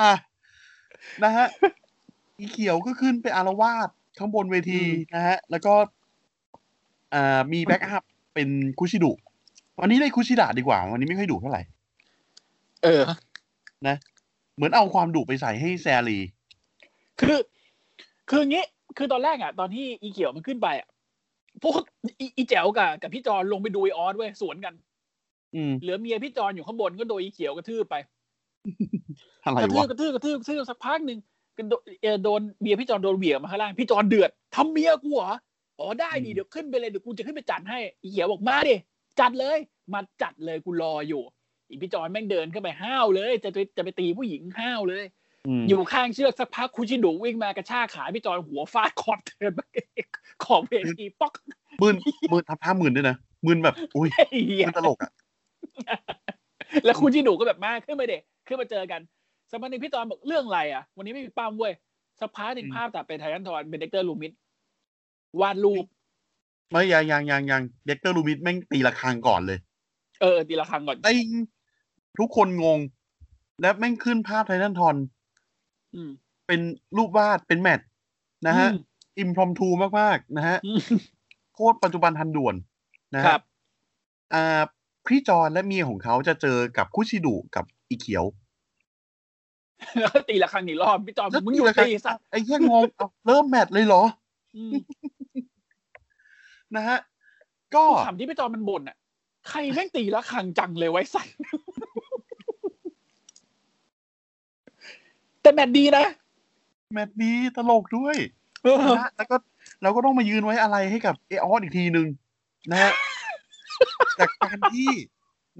Speaker 2: อ่ะนะฮะ อีเขียวก็ขึ้นไปอารวาสข้างบนเวทีนะฮะ แล้วก็ อ่า มีแบ็กอัพเป็นคุชิดุ วันนี้ได้คุชิดะดีกว่า วันนี้ไม่ค่อยดุเท่าไหร่
Speaker 3: เออ
Speaker 2: เหมือนเอาความดุไปใส่ให้แซรี
Speaker 3: คือ คืออย่างงี้ คือตอนแรกอ่ะ ตอนที่อีเขียวมันขึ้นไปอ่ะ พวกอีอีแจ๋วกับกับพี่จอนลงไปดูไอออสเว้ยสวนกัน
Speaker 2: อืม
Speaker 3: เหลือเมียพี่จอนอยู่ข้างบนก็โดนอีเขียวกระทืบไป
Speaker 2: อะไร
Speaker 3: กระทื
Speaker 2: วะ
Speaker 3: บกระทืบกระทืบกระทืบสักพักหนึ่งก็โดนเอ่อโดนเมียพี่จอนโดนเหวี่ยงมาข้างล่างพี่จอนเดือดทำเมียกูเหรออ๋อได้
Speaker 2: อื
Speaker 3: ดิ
Speaker 2: ม
Speaker 3: เดี๋ยวขึ้นไปเลยเดี๋ยวกูจะขึ้นไปจัดให้อีเขียวบอกมาดิจัดเลย มาจัดเลยกูรออยู่ อีพี่จอนแม่งเดินขึ้นไปห้าวเลย จะไปจะไปตีผู้หญิงห้าวเลย
Speaker 2: ม
Speaker 3: อยู่ข้างเชือกสักพักคุชิดุวิ่งมากระชากขาพี่จอนหัวฟาดขอบเทินมา [LAUGHS] ขอบเวทีป๊อก
Speaker 2: มืนมืนทำท่ามืนด้วยนะมืนแบบ อุ้ย
Speaker 3: ไอ้เหี้ย
Speaker 2: มันตลกอ่ะ
Speaker 3: แล้วคุชิดุก็แบบมาขึ้นมาเด็ขึ้นมาเจอกันสักพักหนึงพี่จอนบอกเรื่องอะไรอ่ะ วันนี้ไม่มีปั้มเว้ยสักพักหนึ่ง
Speaker 2: อืม
Speaker 3: ภาพตัดเป็นไททันทอนเป็นเด็กเตอร์ลูมิดวาดรูป
Speaker 2: ไม่ยังยังยังยังเด็กเตอร์ลูมิดแม่งตีระฆังก่อนเลย
Speaker 3: เออตีละครั้งก่อน
Speaker 2: ไอ้ทุกคนงง และแม่งขึ้นภาพไททันทอน
Speaker 3: อืม
Speaker 2: เป็นรูปวาดเป็นแมทนะฮะ
Speaker 3: อืม
Speaker 2: อิมพรอมทูมาก ๆ นะฮะ
Speaker 3: อืม
Speaker 2: โคตรปัจจุบันทันด่วนนะ
Speaker 3: ค
Speaker 2: ฮะ
Speaker 3: รับ [LAUGHS]
Speaker 2: อ่าพี่จอนและเมียของเขาจะเจอกับคุชิดุกับอีเขียว
Speaker 3: แล้วก็ตีละครั้งอีกรอบพี่จอนบอกมึงอยู่ตีสัตว์
Speaker 2: ไอ้เหี้ยงงเอาเริ่มแมทเลยเหรอ
Speaker 3: อืม
Speaker 2: นะฮะ ก็
Speaker 3: กูขำที่พี่จอนมันบ่นอ่ะ ใครแม่งตีละครั้งจังเลยไว้สัตว์ [LAUGHS] แต่แมตช์ดีนะ
Speaker 2: แมทนี้ตลกด้วย
Speaker 3: เออ
Speaker 2: นะฮะแล้วก็เราก็ต้องมายืนไว้อะไรให้กับเอออสอีกทีหนึ่งนะ
Speaker 3: [LAUGHS]
Speaker 2: ฮะ จากการที่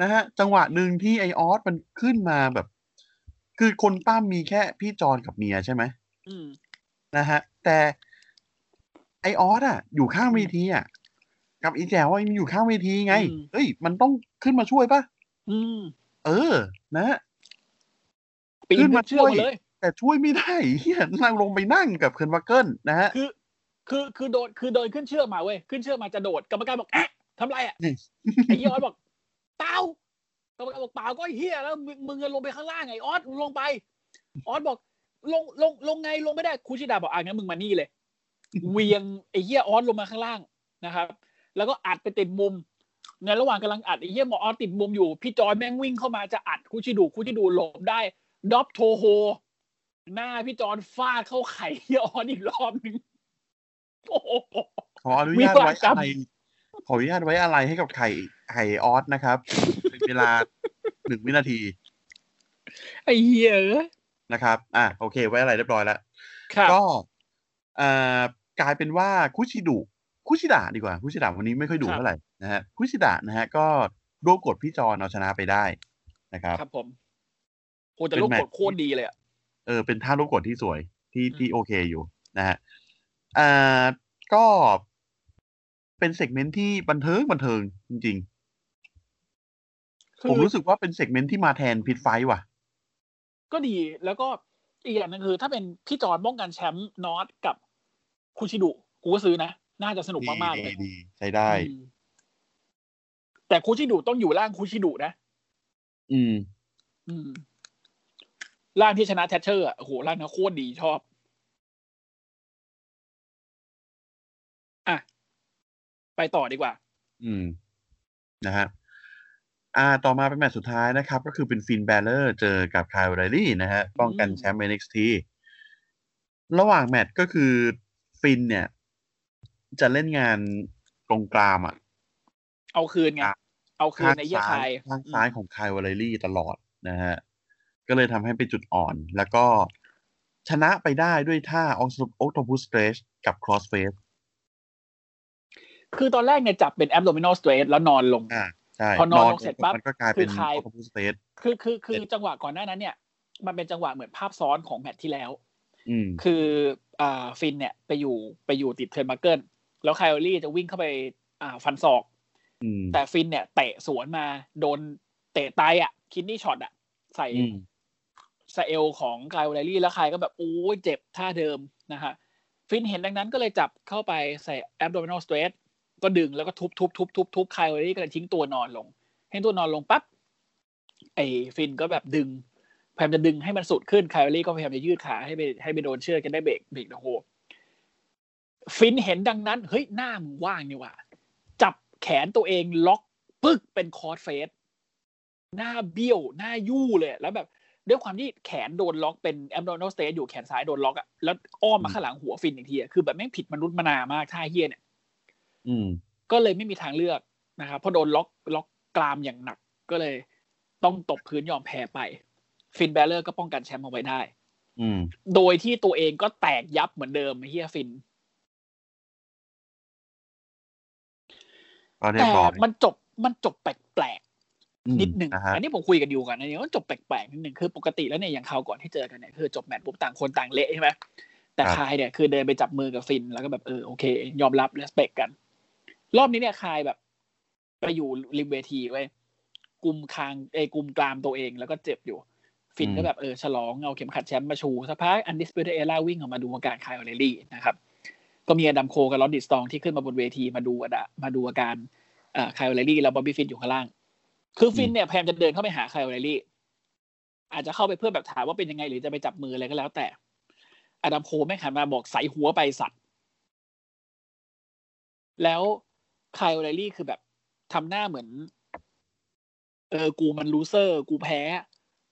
Speaker 2: นะฮะ จังหวะหนึ่งที่ไอออสมันขึ้นมาแบบ คือคนป้ามมีแค่พี่จอนกับเมียใช่ไหม
Speaker 3: อืม
Speaker 2: นะฮะ แต่ไอออสอ่ะ อยู่ข้างเวทีอ่ะ กับอีแจ๋วอะมันอยู่ข้างเวทีไง
Speaker 3: อืม
Speaker 2: เอ้ย มันต้องขึ้นมาช่วยป่ะ
Speaker 3: อืม
Speaker 2: เออ นะฮะ
Speaker 3: ปีน
Speaker 2: ขึ้นมา
Speaker 3: เชือก
Speaker 2: ช่วย
Speaker 3: มาเลย
Speaker 2: แต่ช่วยไม่ได้ [LAUGHS] เฮียนั่งลงไปนั่งกับเคิร์นวักเกิลนะฮะ
Speaker 3: คือ คือ คือโดน คือโดนขึ้นเชือกมาเว้ย ขึ้นเชือกมาจะโดด กรรมการบอกแอะทำไรอ่ะ
Speaker 2: นี่
Speaker 3: ไอ้เหี้ยออสบอกเปล่ากรรมการบอกเปล่าก็ไอ้เฮียแล้วมึงมึงจะลงไปข้างล่างไงออสลงไป ออสบอกลง ลง ลงไง ลงไม่ได้ คุชิดาบอกอ่ะงั้นมึงมานี่เลย เวียงไอ้เฮียออสลงมาข้างล่างนะครับ แล้วก็อัดไปติดมุม ในระหว่างกำลังอัดไอ้เฮียหมอออสติดมุมอยู่ พี่จอยแม่งวิ่งเข้ามาจะอัดคุชิดูคุชิดูหลบได้ด็อบโทโฮ หน้าพี่จอนฟาดเข้าไข่ [LAUGHS] เฮียออสอีกรอบหนึ่งโอ้โห
Speaker 2: ขออนุ
Speaker 3: วิ
Speaker 2: ญาต
Speaker 3: บาก
Speaker 2: ไว้
Speaker 3: กรร
Speaker 2: อะ
Speaker 3: ม
Speaker 2: ไรขออนุญาตไว้อะไรให้กับไข่ไข่ออสนะครับ เป็นเวลาหนึ่งวินาที
Speaker 3: [LAUGHS] ไอ้เฮียเอ้ย
Speaker 2: นะครับ อ่ะโอเค ไว้อะไรเรียบร้อยแล้ว
Speaker 3: ครับ
Speaker 2: ก็อ่ากลายเป็นว่าคุชิดุคุชิดะดีกว่าคุชิดะวันนี้ไม่ค่อยดุ
Speaker 3: ครับ
Speaker 2: เท่าไหร่นะฮะคุชิดะนะฮะ ก็รวบกดพี่จอนเอาชนะไปได้นะครับ
Speaker 3: ครับผมโอ้แต่ลูกกดโคตรดีเลยอ่ะ
Speaker 2: เออเป็นท่ารวบกดที่สวยที่
Speaker 3: อืม
Speaker 2: ที่โอเคอยู่นะฮะอ่าก็เป็นเซกเมนต์ที่บันเทิงบันเทิงจริง ๆ
Speaker 3: คื
Speaker 2: ผม
Speaker 3: อ
Speaker 2: รู้สึกว่าเป็นเซกเมนต์ที่มาแทนพิทไฟท์ว่ะ
Speaker 3: ก็ดีแล้วก็อีกอย่างหนึงคือ ถ้าเป็นพี่จอนป้องกันแชมป์นอตกับคุชิดุกูก็ซื้อนะ น่าจะสนุก
Speaker 2: ดี
Speaker 3: มากๆเล
Speaker 2: ดี
Speaker 3: ย
Speaker 2: ดีใช้ได้
Speaker 3: อืมแต่คุชิดุต้องอยู่ล่างคุชิดุนะ
Speaker 2: อืม
Speaker 3: อืมล่างที่ชนะแทชเชอร์อ่ะโอ้โหล่างนั้นโคตรดีชอบ ไปต่อดีกว่า
Speaker 2: อืมนะฮะอ่าต่อมาเป็นแมตช์สุดท้ายนะครับ ก็คือเป็นฟินแบลเลอร์เจอกับคายไรลี่นะฮะป้องกันแชมป์ NXT ระหว่างแมตช์ก็คือฟินเนี่ย จะเล่นงานตรงกลามอ่ะ
Speaker 3: เอาคืนไง
Speaker 2: อ่ะ
Speaker 3: เอาคืนในเยี่ยคาย
Speaker 2: ข้างซ้ายของคายวอลเลรี่ตลอดนะฮะ ก็เลยทำให้เป็นจุดอ่อน แล้วก็ชนะไปได้ด้วยท่าออกซ์โอตพุสเตรชกับครอสเฟส
Speaker 3: คือตอนแรกเนี่ยจับเป็น abdominal stretch แล้วนอนลง
Speaker 2: อ่าใช่
Speaker 3: พอนอนลงเสร็จปั๊บ
Speaker 2: มันก็กลายเป็น
Speaker 3: คือ
Speaker 2: อ
Speaker 3: คาย
Speaker 2: อกซ์โอตพุสเตรช
Speaker 3: คือคือคือ
Speaker 2: เจ็ด
Speaker 3: จังหวะก่อนหน้านั้นเนี่ย มันเป็นจังหวะเหมือนภาพซ้อนของแมตช์ที่แล้ว
Speaker 2: อืม
Speaker 3: คืออ่าฟินเนี่ยไปอยู่ไปอยู่ติดเทิร์นมาร์เกิลแล้วไคลอรี่จะวิ่งเข้าไปอ่าฟันศอก
Speaker 2: อืม
Speaker 3: แต่ฟินเนี่ยเตะสวนมาโดนเตะตายอ่ะ คินนี่ช็อตอ่ะ ใส่
Speaker 2: อืม
Speaker 3: สเอลของไคลไลรี่แล้วไคลก็แบบโอ้ยเจ็บท่าเดิมนะฮะฟินเห็นดังนั้นก็เลยจับเข้าไปใส่แอบโดมินอลสเตรทก็ดึงแล้วก็ทุบทุบทุบทุบทุบไคลไลรี่ก็เลยทิ้งตัวนอนลง ให้ตัวนอนลงปั๊บไอ้ฟินก็แบบดึง พยายามจะดึงให้มันสุดขึ้นไคลไลรี่ก็พยายามจะยืดขาให้ไปให้ไปโดนเชือกกันได้เบรกเบรกนะโฮฟินเห็นดังนั้นเฮ้ยหน้ามึงว่างนี่หว่า จับแขนตัวเองล็อกปึ๊กเป็นคอร์สเฟส หน้าเบี้ยว หน้ายู่เลย แล้วแบบ ด้วยความที่แขนโดนล็อกเป็นแอมโดนอลสเตทอยู่แขนซ้ายโดนล็อกอะแล้วอ้อมมาข้างหลังหัวฟินอีกทีอะคือแบบแม่งผิดมนุษย์มนามากท่าเฮี้ยเนี่ย
Speaker 2: อืม
Speaker 3: ก็เลยไม่มีทางเลือกนะครับเพราะโดนล็อกล็อกกรามอย่างหนักก็เลยต้องตบพื้นยอมแพ้ไป ฟินแบลเลอร์ก็ป้องกันแชมป์เอาไว้ได้
Speaker 2: อืม
Speaker 3: โดยที่ตัวเองก็แตกยับเหมือนเดิมไอ้เฮียฟิน
Speaker 2: ก็เรีย
Speaker 3: แต่
Speaker 2: บร้อย
Speaker 3: มันจบมันจบแปลก
Speaker 2: อืม
Speaker 3: ๆนิดหนึ่ง
Speaker 2: นะฮะ
Speaker 3: อันนี้ผมคุยกันอยู่กันอันนี้มันจบแปลกๆนิดหนึ่งคือปกติแล้วเนี่ยอย่างคราวก่อนที่เจอกันเนี่ยคือจบแมตช์ปุ๊บต่างคนต่างเละใช่ไหมแต่คายเนี่ยคือเดินไปจับมือกับฟินแล้วก็แบบเออโอเค ยอมรับ respect กัน รอบนี้เนี่ยคายแบบ ไปอยู่ริมเวทีไว้ยกลุมคางเอยกลุมกรามตัวเองแล้วก็เจ็บอยู่ ฟินก็แบบเออฉลองเอาเข็มขัดแชมป์มาชูสักพักอันดิสเปเดเอล่าวิ่งออกมาดูอาการคายออเรลี่นะครับ ก็มีอดัมโคกับลอนดิสตองที่ขึ้นมาบนเวทีมาดูอะดะมาดูอาการเอ่อคายออเรลี่แล้วบอบบี้ฟินอยู่ข้างล่าง คือฟินเนี่ยพยายามจะเดินเข้าไปหาคายออเรลี่อาจจะเข้าไปเพื่อแบบถามว่าเป็นยังไงหรือจะไปจับมืออะไรก็แล้ว แต่อดัมโคแม่งหันมาบอกใส่หัวไปสัตว์แล้วคายออเรลี่คือแบบทำหน้าเหมือน เออ กูมันลูเซอร์ กูแพ้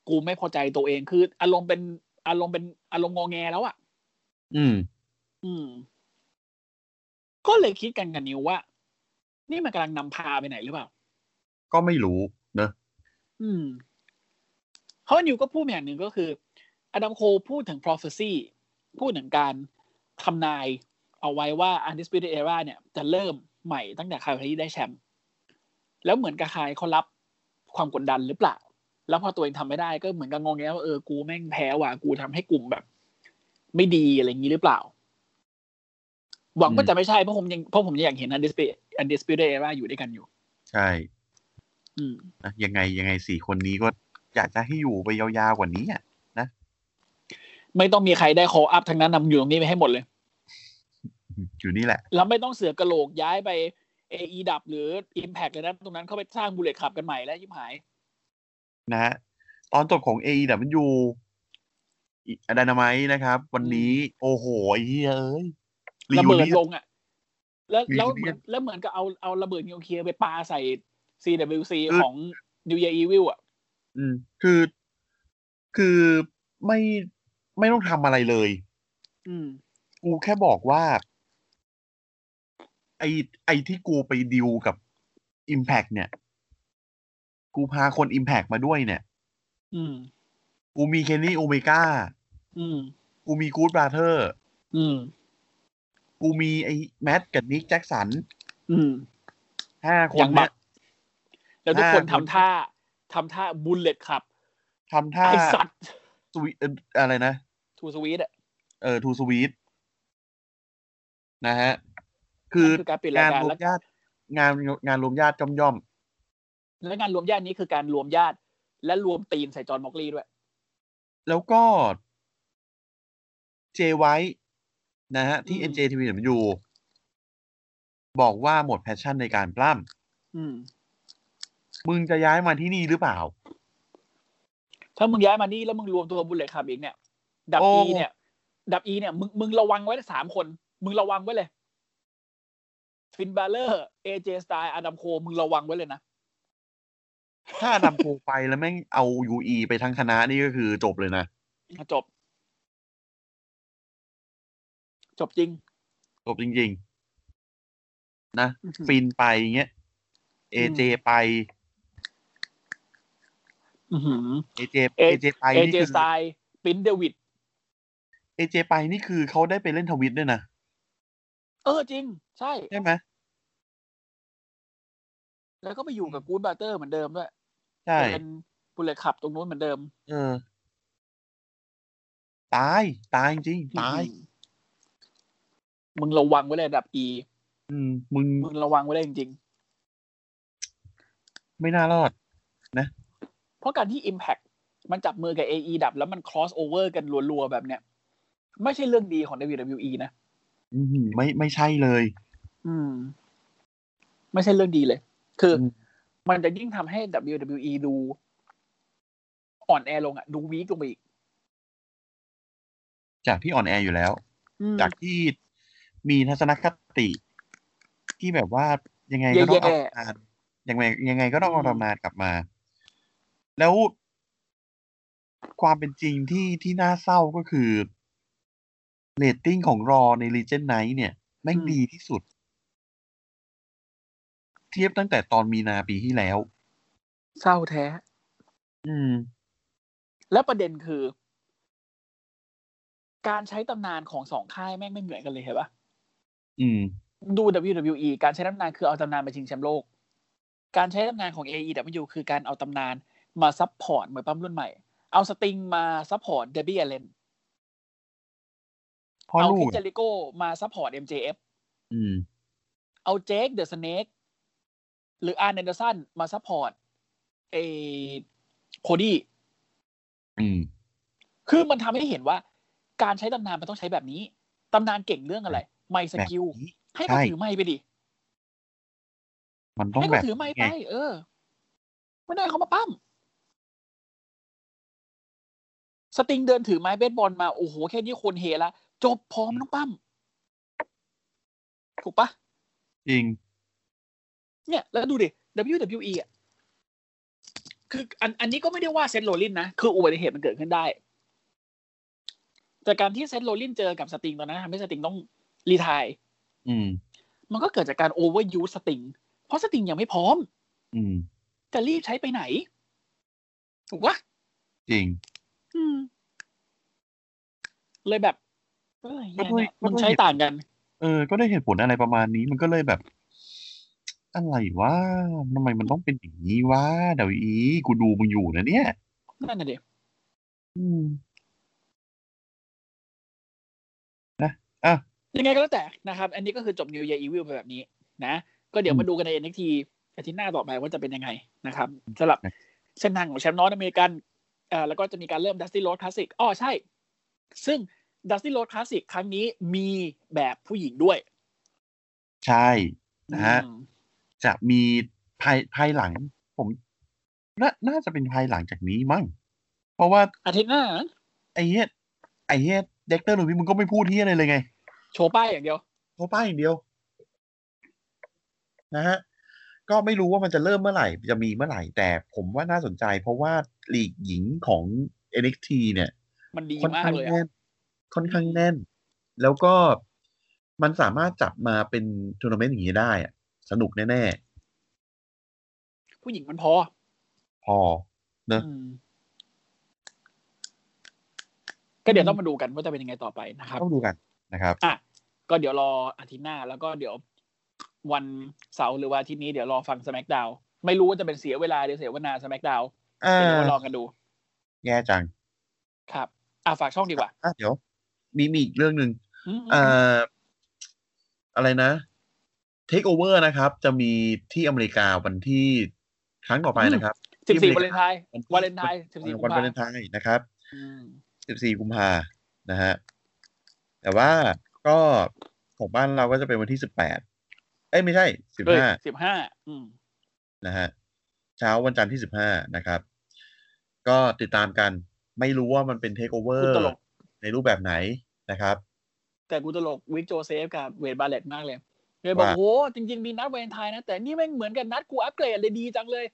Speaker 3: กูไม่พอใจตัวเอง คือ อารมณ์เป็น อารมณ์เป็น อารมณ์งอแงแล้วอะ่ะ
Speaker 2: อืม
Speaker 3: อืม ก็เลยคิดกันกันนิวว่า นี่มันกำลังนำพาไปไหนหรือเปล่า
Speaker 2: ก็ไม่รู้เนอะ
Speaker 3: อืมเขานิวก็พูดมาอย่างหนึ่งก็คือ อดัมโคพูดถึง prophecy พูดถึงการทำนายเอาไว้ว่า undisputed era เนี่ย จะเริ่มใหม่ตั้งแต่คายที่ได้แชมป์แล้วเหมือนกับคายเขารับความกดดันหรือเปล่า แล้วพอตัวเองทำไม่ได้ก็เหมือนกับงงแงว่าเออกูแม่งแพ้ว่ะกูทำให้กลุ่มแบบ ไม่ดีอะไรอย่างนี้หรือเปล่า หวังว่าจะไม่ใช่เพราะผมยังเพราะผมยังอยากเห็น undisputed undisputed era อยู่ด้วยกันอยู่
Speaker 2: ใช่
Speaker 3: อืม
Speaker 2: นะยังไงยังไงสี่คนนี้ก็อยากจะให้อยู่ไปยาวๆกว่านี้อ่ะ
Speaker 3: ไม่ต้องมีใครได้ call up ทั้งนั้นนำอยู่ตรงนี้ไปให้หมดเลย
Speaker 2: อยู่นี่แหละ
Speaker 3: แล้วไม่ต้องเสือกกระโหลกย้ายไปเอีดับหรือ Impact เลยนะตรงนั้นเข้าไปสร้างบุลเลตขับกันใหม่แล้วยิบหาย
Speaker 2: นะฮะตอนจบของ AEW อดานามายนะครับ วันนี้ โอ้โหไอ้เหี้ยเอ้ย
Speaker 3: ระเบิด
Speaker 2: Reunion
Speaker 3: ลงอ่ะ แล้วแล้ว
Speaker 2: มี
Speaker 3: เหมื
Speaker 2: เรื่
Speaker 3: อ
Speaker 2: อน ง
Speaker 3: แล้วเหมือนกับเอาเอาระเบิดนิวเคลียร์ไปปาใส่ CWC ของ New Year Evil อ่ะ
Speaker 2: อืม คือ คือไม่ไม่ต้องทำอะไรเลย
Speaker 3: อืม
Speaker 2: กูแค่บอกว่า ไอไอที่กูไปดิวกับ Impact เนี่ย กูพาคน Impact มาด้วยเนี่ย
Speaker 3: อืม
Speaker 2: กูมีเคนนี่โอเมก้า
Speaker 3: อืม
Speaker 2: กูมีกู o ดบราเธอร์
Speaker 3: อืม
Speaker 2: กูมีไอแมทกับนิกแจ็คสัน
Speaker 3: อืม
Speaker 2: ห้าค
Speaker 3: อน ย่างบั
Speaker 2: เนี่
Speaker 3: ก
Speaker 2: ย
Speaker 3: แล้วทุก
Speaker 2: อ่า
Speaker 3: คนทำท่าทำท่าบุลเลตขับ
Speaker 2: ทำท่า
Speaker 3: ไอสัตว์
Speaker 2: สวิเอ่ออะไรนะ
Speaker 3: ทูสวีทอ่ะ
Speaker 2: เออทูสวีทนะฮะ คือ
Speaker 3: นั่นคือการปิดราง
Speaker 2: าย น
Speaker 3: การ
Speaker 2: รวม
Speaker 3: แล้ว
Speaker 2: ญาติงานงานรวมญาติย่อมย่อม
Speaker 3: และงานรวมญาตินี้คือการรวมญาติ และรวมตีนใส่จอห์นมอกลีด้วย
Speaker 2: ๆแล้วก็เจไว้นะฮะ ที่
Speaker 3: อืม
Speaker 2: NJTVW บอกว่าหมดแพชชั่นในการปล้
Speaker 3: อืม
Speaker 2: ำมึงจะย้ายมาที่นี่หรือเปล่า
Speaker 3: ถ้ามึงย้ายมานี่แล้วมึงรวมตัวบุลเลตคลับอีกเนี่ย ดับ
Speaker 2: โอ้
Speaker 3: อีเนี่ย ดับอีเนี่ยมึงมึงระวังไว้สามคน มึงระวังไว้เลย ฟินบ b เลอร์เอเจสไตล์อดัมโคมึงระวังไว้เลยนะ
Speaker 2: ถ้าดำโคไปแล้วแม่งเอายูอีไปทั้งคณะนี่ก็คือจบเลยนะ
Speaker 3: จบ จบจริง
Speaker 2: จบจริง ๆ นะ ฟินไปอย่างเงี้ยเอเจไป
Speaker 3: อื้อหือ
Speaker 2: เอเจ
Speaker 3: เอ
Speaker 2: เอเจไป
Speaker 3: เอ
Speaker 2: นี่
Speaker 3: เจ
Speaker 2: คือ
Speaker 3: สไตล์ปินเดวิด
Speaker 2: เอเจไปนี่คือเขาได้ไปเล่นทวิตด้วยนะ
Speaker 3: เออจริง ใช่
Speaker 2: ใช่ไหม
Speaker 3: แล้วก็ไปอยู่กับกูดบาเตอร์เหมือนเดิมด้วย
Speaker 2: ใช่
Speaker 3: เป็นบุลเลตขับตรงนู้นเหมือนเดิม
Speaker 2: เออ ตาย ตายจริงๆตาย
Speaker 3: อื้อหือมึงระวังไว้เลยอันดับอี
Speaker 2: อืม มึง
Speaker 3: มึงระวังไว้เลยจริง
Speaker 2: ไม่น่ารอด
Speaker 3: ๆ เพราะการที่ Impact มันจับมือกับ AE ดับ แล้วมัน cross over กันรัวๆ แบบเนี้ย ไม่ใช่เรื่องดีของ WWE นะ
Speaker 2: อืมไม่ไม่ใช่เลย
Speaker 3: อืม ไม่ใช่เรื่องดีเลย คืออ
Speaker 2: ม
Speaker 3: มันจะยิ่งทำให้ WWE ดู อ่อนแอลงอะดูวีกลงไปอีก
Speaker 2: จากที่อ่อนแออยู่แล้ว
Speaker 3: อืม
Speaker 2: จากที่มีทัศนคติ ที่แบบว่ายังไงก็ต้องเอา
Speaker 3: แย่
Speaker 2: ตำนานยังไงยังไงก็ต้องเอาตำนานกลับมา แล้วความเป็นจริงที่ที่น่าเศร้าก็คือเรตติ้งของรอใน Legion Night เนี่ย แม่งดีที่สุด เทียบตั้งแต่ตอนมีนาปีที่แล้ว
Speaker 3: ๆเศร้าแท้
Speaker 2: อืม
Speaker 3: และประเด็นคือ การใช้ตำนานของสองค่ายแม่งไม่เหมือนกันเลยเห็นปะ
Speaker 2: อืม
Speaker 3: ดู WWE การใช้ตำนานคือเอาตำนานมาชิงแชมป์โลก การใช้ตำนานของ AEW คือการเอาตำนานมาซับพอร์ตเหมือนปั้มรุ่นใหม่ เอาสติงมาซับพอร์ตเดบี้เลน
Speaker 2: พ่อ
Speaker 3: เอา
Speaker 2: ลู
Speaker 3: คิ
Speaker 2: ก
Speaker 3: ดเจลิโก้มาซับพอร์ต MJF
Speaker 2: อืม
Speaker 3: เอาเจคเดอะสเนกหรืออาร์เนเดอร์สันมาซัพพอร์ตเอโคดี้
Speaker 2: อืม
Speaker 3: คือมันทำให้เห็นว่า การใช้ตำนานมันต้องใช้แบบนี้ ตำนานเก่งเรื่องอะไร ไมค์สกิล
Speaker 2: แบบนี้
Speaker 3: ให้เขา
Speaker 2: ใช่
Speaker 3: ถือไมค์ไปดิ
Speaker 2: มันต้อง
Speaker 3: ให้
Speaker 2: แบ
Speaker 3: เขา
Speaker 2: บ
Speaker 3: ถือไมค์ไป
Speaker 2: ง
Speaker 3: เออ ไม่ได้เขามาปั้ม สติงเดินถือไม้เบสบอลมา โอ้โห แค่นี้คนเฮละ จบพร้อมน้องปั้ม ถูกปะ
Speaker 2: จริง
Speaker 3: เนี่ย แล้วดูดิ WWE อ่ะ คืออันอันนี้ก็ไม่ได้ว่าเซนโรลลินนะ คืออุบัติเหตุมันเกิดขึ้นได้ จากการที่เซนโรลลินเจอกับสติงตอนนั้นทำให้สติงต้องรีไทาย
Speaker 2: อืม
Speaker 3: มันก็เกิดจากการโอเวอร์ยูสติง เพราะสติงยังไม่พร้อม
Speaker 2: อืม
Speaker 3: จะรีบใช้ไปไหน ถูกปะ
Speaker 2: จริง
Speaker 3: อืม เลยแบบเอ้ย
Speaker 2: ก็ด้วย
Speaker 3: เนี่ย
Speaker 2: ก็ด้วย
Speaker 3: มันใช้ต่างกัน
Speaker 2: เออ ก็ได้เหตุผลอะไรประมาณนี้ มันก็เลยแบบ อะไรวะทำไมมันต้องเป็นอย่างนี้วะเดี๋ยวอีกูดูมึงอยู่นะเนี่ย
Speaker 3: นั่นน่ะดิ
Speaker 2: อืม นะ อ่ะ
Speaker 3: ยังไงก็แล้วแต่นะครับ อันนี้ก็คือจบ New Year Evil ไปแบบนี้ นะ ก็เดี๋ยวมาดูกันใน NXT อาทิตย์หน้าต่อไปว่าจะเป็นยังไงนะครับสำหรับ
Speaker 2: ครับ
Speaker 3: เส้นทางของแชมป์นอตอเมริกันเอ่อแล้วก็จะมีการเริ่ม Dusty Road Classic อ๋อใช่ ซึ่ง Dusty Road Classic ครั้งนี้มีแบบผู้หญิงด้วย
Speaker 2: ใช่ นะฮะ
Speaker 3: อืม
Speaker 2: จะมีภายภายหลัง ผมน่าน่าจะเป็นภายหลังจากนี้มั้ง เพราะว่า
Speaker 3: อาทิตย์หน้า
Speaker 2: ไอ้เฮียไอ้เฮียเด็กเตอร์หนูพี่มึงก็ไม่พูดเฮียอะไรเลยไง
Speaker 3: โชว์ป้ายอย่างเดียว
Speaker 2: เขาป้ายอย่างเดียว นะฮะ ก็ไม่รู้ว่ามันจะเริ่มเมื่อไหร่ จะมีเมื่อไหร่ แต่ผมว่าน่าสนใจ เพราะว่าลีกหญิงของ NXT เนี่ย
Speaker 3: มันดี
Speaker 2: ค่อน
Speaker 3: มาก
Speaker 2: ข้าง
Speaker 3: เลยอะ
Speaker 2: แน่น ค่อนข้างแน่น แล้วก็มันสามารถจับมาเป็นทัวร์นาเมนต์อย่างนี้ได้อะสนุกแน่
Speaker 3: ผู้หญิงมันพอ
Speaker 2: ๆ พอ นะ
Speaker 3: อืมก็เดี๋ยวต้องมาดูกันว่าจะเป็นยังไงต่อไปนะครับ
Speaker 2: ต้องดูกันนะครับ
Speaker 3: อ่ะก็เดี๋ยวรออาทิตย์หน้าแล้วก็เดี๋ยววันเสาร์หรือวันอาทิตย์นี้เดี๋ยวรอฟัง SmackDown ไม่รู้ว่าจะเป็นเสียเวลาเดี๋ยวเสียเวนา SmackDown
Speaker 2: อ่า
Speaker 3: เดี๋ยวมาลองกันดู
Speaker 2: แย่จัง
Speaker 3: ครับ อ่ะฝากช่องดีกว่า
Speaker 2: อ่ะเดี๋ยว มีมีอีกเรื่องหนึ่ง
Speaker 3: อืม
Speaker 2: เอ่ออะไรนะ Take Over นะครับ จะมีที่อเมริกาวันที่ครั้งต่อไปนะครับ
Speaker 3: สิบสี่
Speaker 2: ที่
Speaker 3: วา
Speaker 2: อเม
Speaker 3: เล
Speaker 2: ริ
Speaker 3: น
Speaker 2: กา
Speaker 3: ไทน์วาเลนไทน์สิบสี่กุ
Speaker 2: วัน
Speaker 3: ม
Speaker 2: วา
Speaker 3: ภา
Speaker 2: เลนไทน์นะครับ
Speaker 3: อืม
Speaker 2: 14 กุมภานะฮะ แต่ว่าก็ของบ้านเราก็จะเป็นวันที่ 18 เอ้ย ไม่ใช่
Speaker 3: เอ้ย
Speaker 2: 15
Speaker 3: สิบห้าอืม
Speaker 2: นะฮะ เช้าวันจันทร์ที่ 15 นะครับ ก็ติดตามกัน ไม่รู้ว่ามันเป็น Take
Speaker 3: กู
Speaker 2: Over
Speaker 3: ตลก
Speaker 2: ในรูปแบบไหนนะครับ
Speaker 3: แต่กูตลกวิกโจเซฟกับเวดบาเลตมากเลย เลยบอก
Speaker 2: ว่า
Speaker 3: โหจริง ๆ มีนัดวาเลนไทน์นะ แต่นี่แม่งเหมือนกับนัดกูอัปเกรดเลยดีจังเลย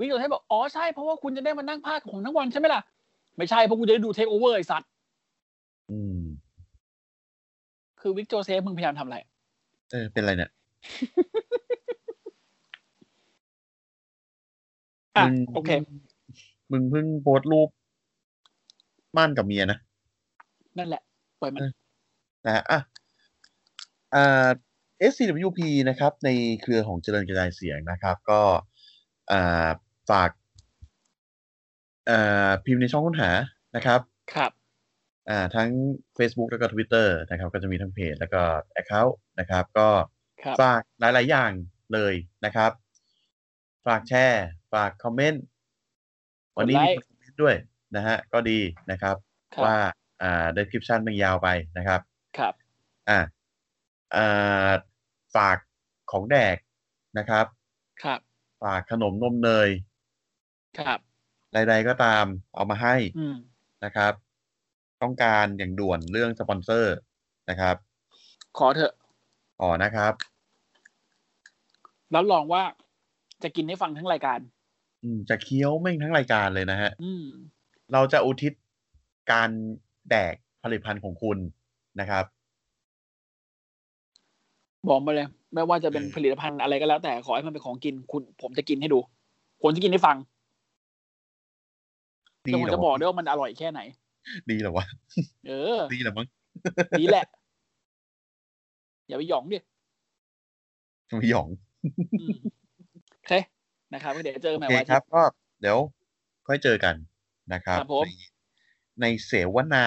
Speaker 3: วิกฤตให้บอก อ๋อใช่เพราะว่าคุณจะได้มานั่งภาคของทั้งวันใช่ไหมล่ะ ไม่ใช่เพราะกูจะได้ดูเทคโอเวอร์ไอ้สัตว์
Speaker 2: อืม
Speaker 3: คือวิกโจเซฟมึงพยายามทำอะไร
Speaker 2: เออเป็นไรเนี่ย
Speaker 3: อ่ะ
Speaker 2: มึง
Speaker 3: โอเค
Speaker 2: มึงเพิ่งโพสต์รูปมั่นกับเมียนะ
Speaker 3: นั่นแหละ ปล่อยมัน
Speaker 2: นะฮะอ่ะอ่า SCWP นะครับ ในเครือของเจริญกระจายเสียงนะครับ ก็อ่าฝากอ่าพิมพ์ในช่องค้นหานะครับ
Speaker 3: ครับ
Speaker 2: อ่าทั้ง Facebook แล้วก็ Twitter นะครับ ก็จะมีทั้งเพจแล้วก็ Account นะครับ ก็
Speaker 3: ครับ
Speaker 2: ฝากหลาย ๆ อย่างเลยนะครับ ฝากแชร์ ฝากคอมเมนต์ วันนี้มีคนคอมเมนต์ด้วยนะฮะ ก็ดีนะครับ
Speaker 3: ครับ
Speaker 2: ว่าอ่า description มันยาวไปนะครับ
Speaker 3: ครับ
Speaker 2: อ่ะอ่าฝากของแดกนะครับ
Speaker 3: ครับ
Speaker 2: ฝากขนมนมเนย
Speaker 3: ครับ
Speaker 2: ใดๆก็ตามเอามาให้
Speaker 3: อืม
Speaker 2: นะครับ ต้องการอย่างด่วนเรื่องสปอนเซอร์นะครับ
Speaker 3: ขอเถอะ
Speaker 2: อ๋อนะครับ
Speaker 3: รับรองว่าจะกินให้ฟังทั้งรายการ
Speaker 2: อืมจะเคี้ยวแม่งทั้งรายการเลยนะฮะ
Speaker 3: อืม
Speaker 2: เราจะอุทิศการแดกผลิตภัณฑ์ของคุณนะครับ
Speaker 3: บอกมาเลย ไม่ว่าจะเป็น
Speaker 2: เออ
Speaker 3: ผลิตภัณฑ์อะไรก็แล้ว แต่ขอให้มันเป็นของกินคุณ ผมจะกินให้ดูผมจะกินให้ฟัง
Speaker 2: ดี
Speaker 3: แล้ว
Speaker 2: เหร
Speaker 3: ผมจะ
Speaker 2: อ
Speaker 3: บอก
Speaker 2: วะ
Speaker 3: ด้วยว่ามันอร่อยแค่ไหน
Speaker 2: ดีเหรอวะ
Speaker 3: เออ
Speaker 2: ดีเหรอมั้ง
Speaker 3: ดี
Speaker 2: [LAUGHS]
Speaker 3: แหละ อย่าไปหยองดิ
Speaker 2: ทำไมหยอง
Speaker 3: อืมโอเคนะครับเดี๋ยวเจอกั
Speaker 2: โอน
Speaker 3: ให
Speaker 2: เค
Speaker 3: ม่วันอา
Speaker 2: ค
Speaker 3: ทิ
Speaker 2: รั
Speaker 3: ต
Speaker 2: บ
Speaker 3: ย์
Speaker 2: ก็เดี๋ยวค่อยเจอกันนะครับ
Speaker 3: ครับผม
Speaker 2: ในในเสวนา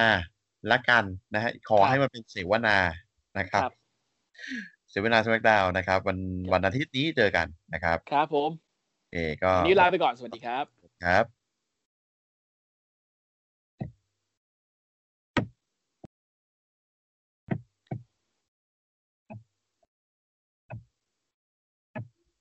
Speaker 2: ละกันนะฮะขอให้มันเป็นเสวนานะครับ เสวนาสมักดาวนะครับ วันวันอาทิตย์นี้เจอกันนะครับ
Speaker 3: ครับผม
Speaker 2: โอเคก็
Speaker 3: วันนี้ลาไปก่อนสวัสดีครับ
Speaker 2: ครับ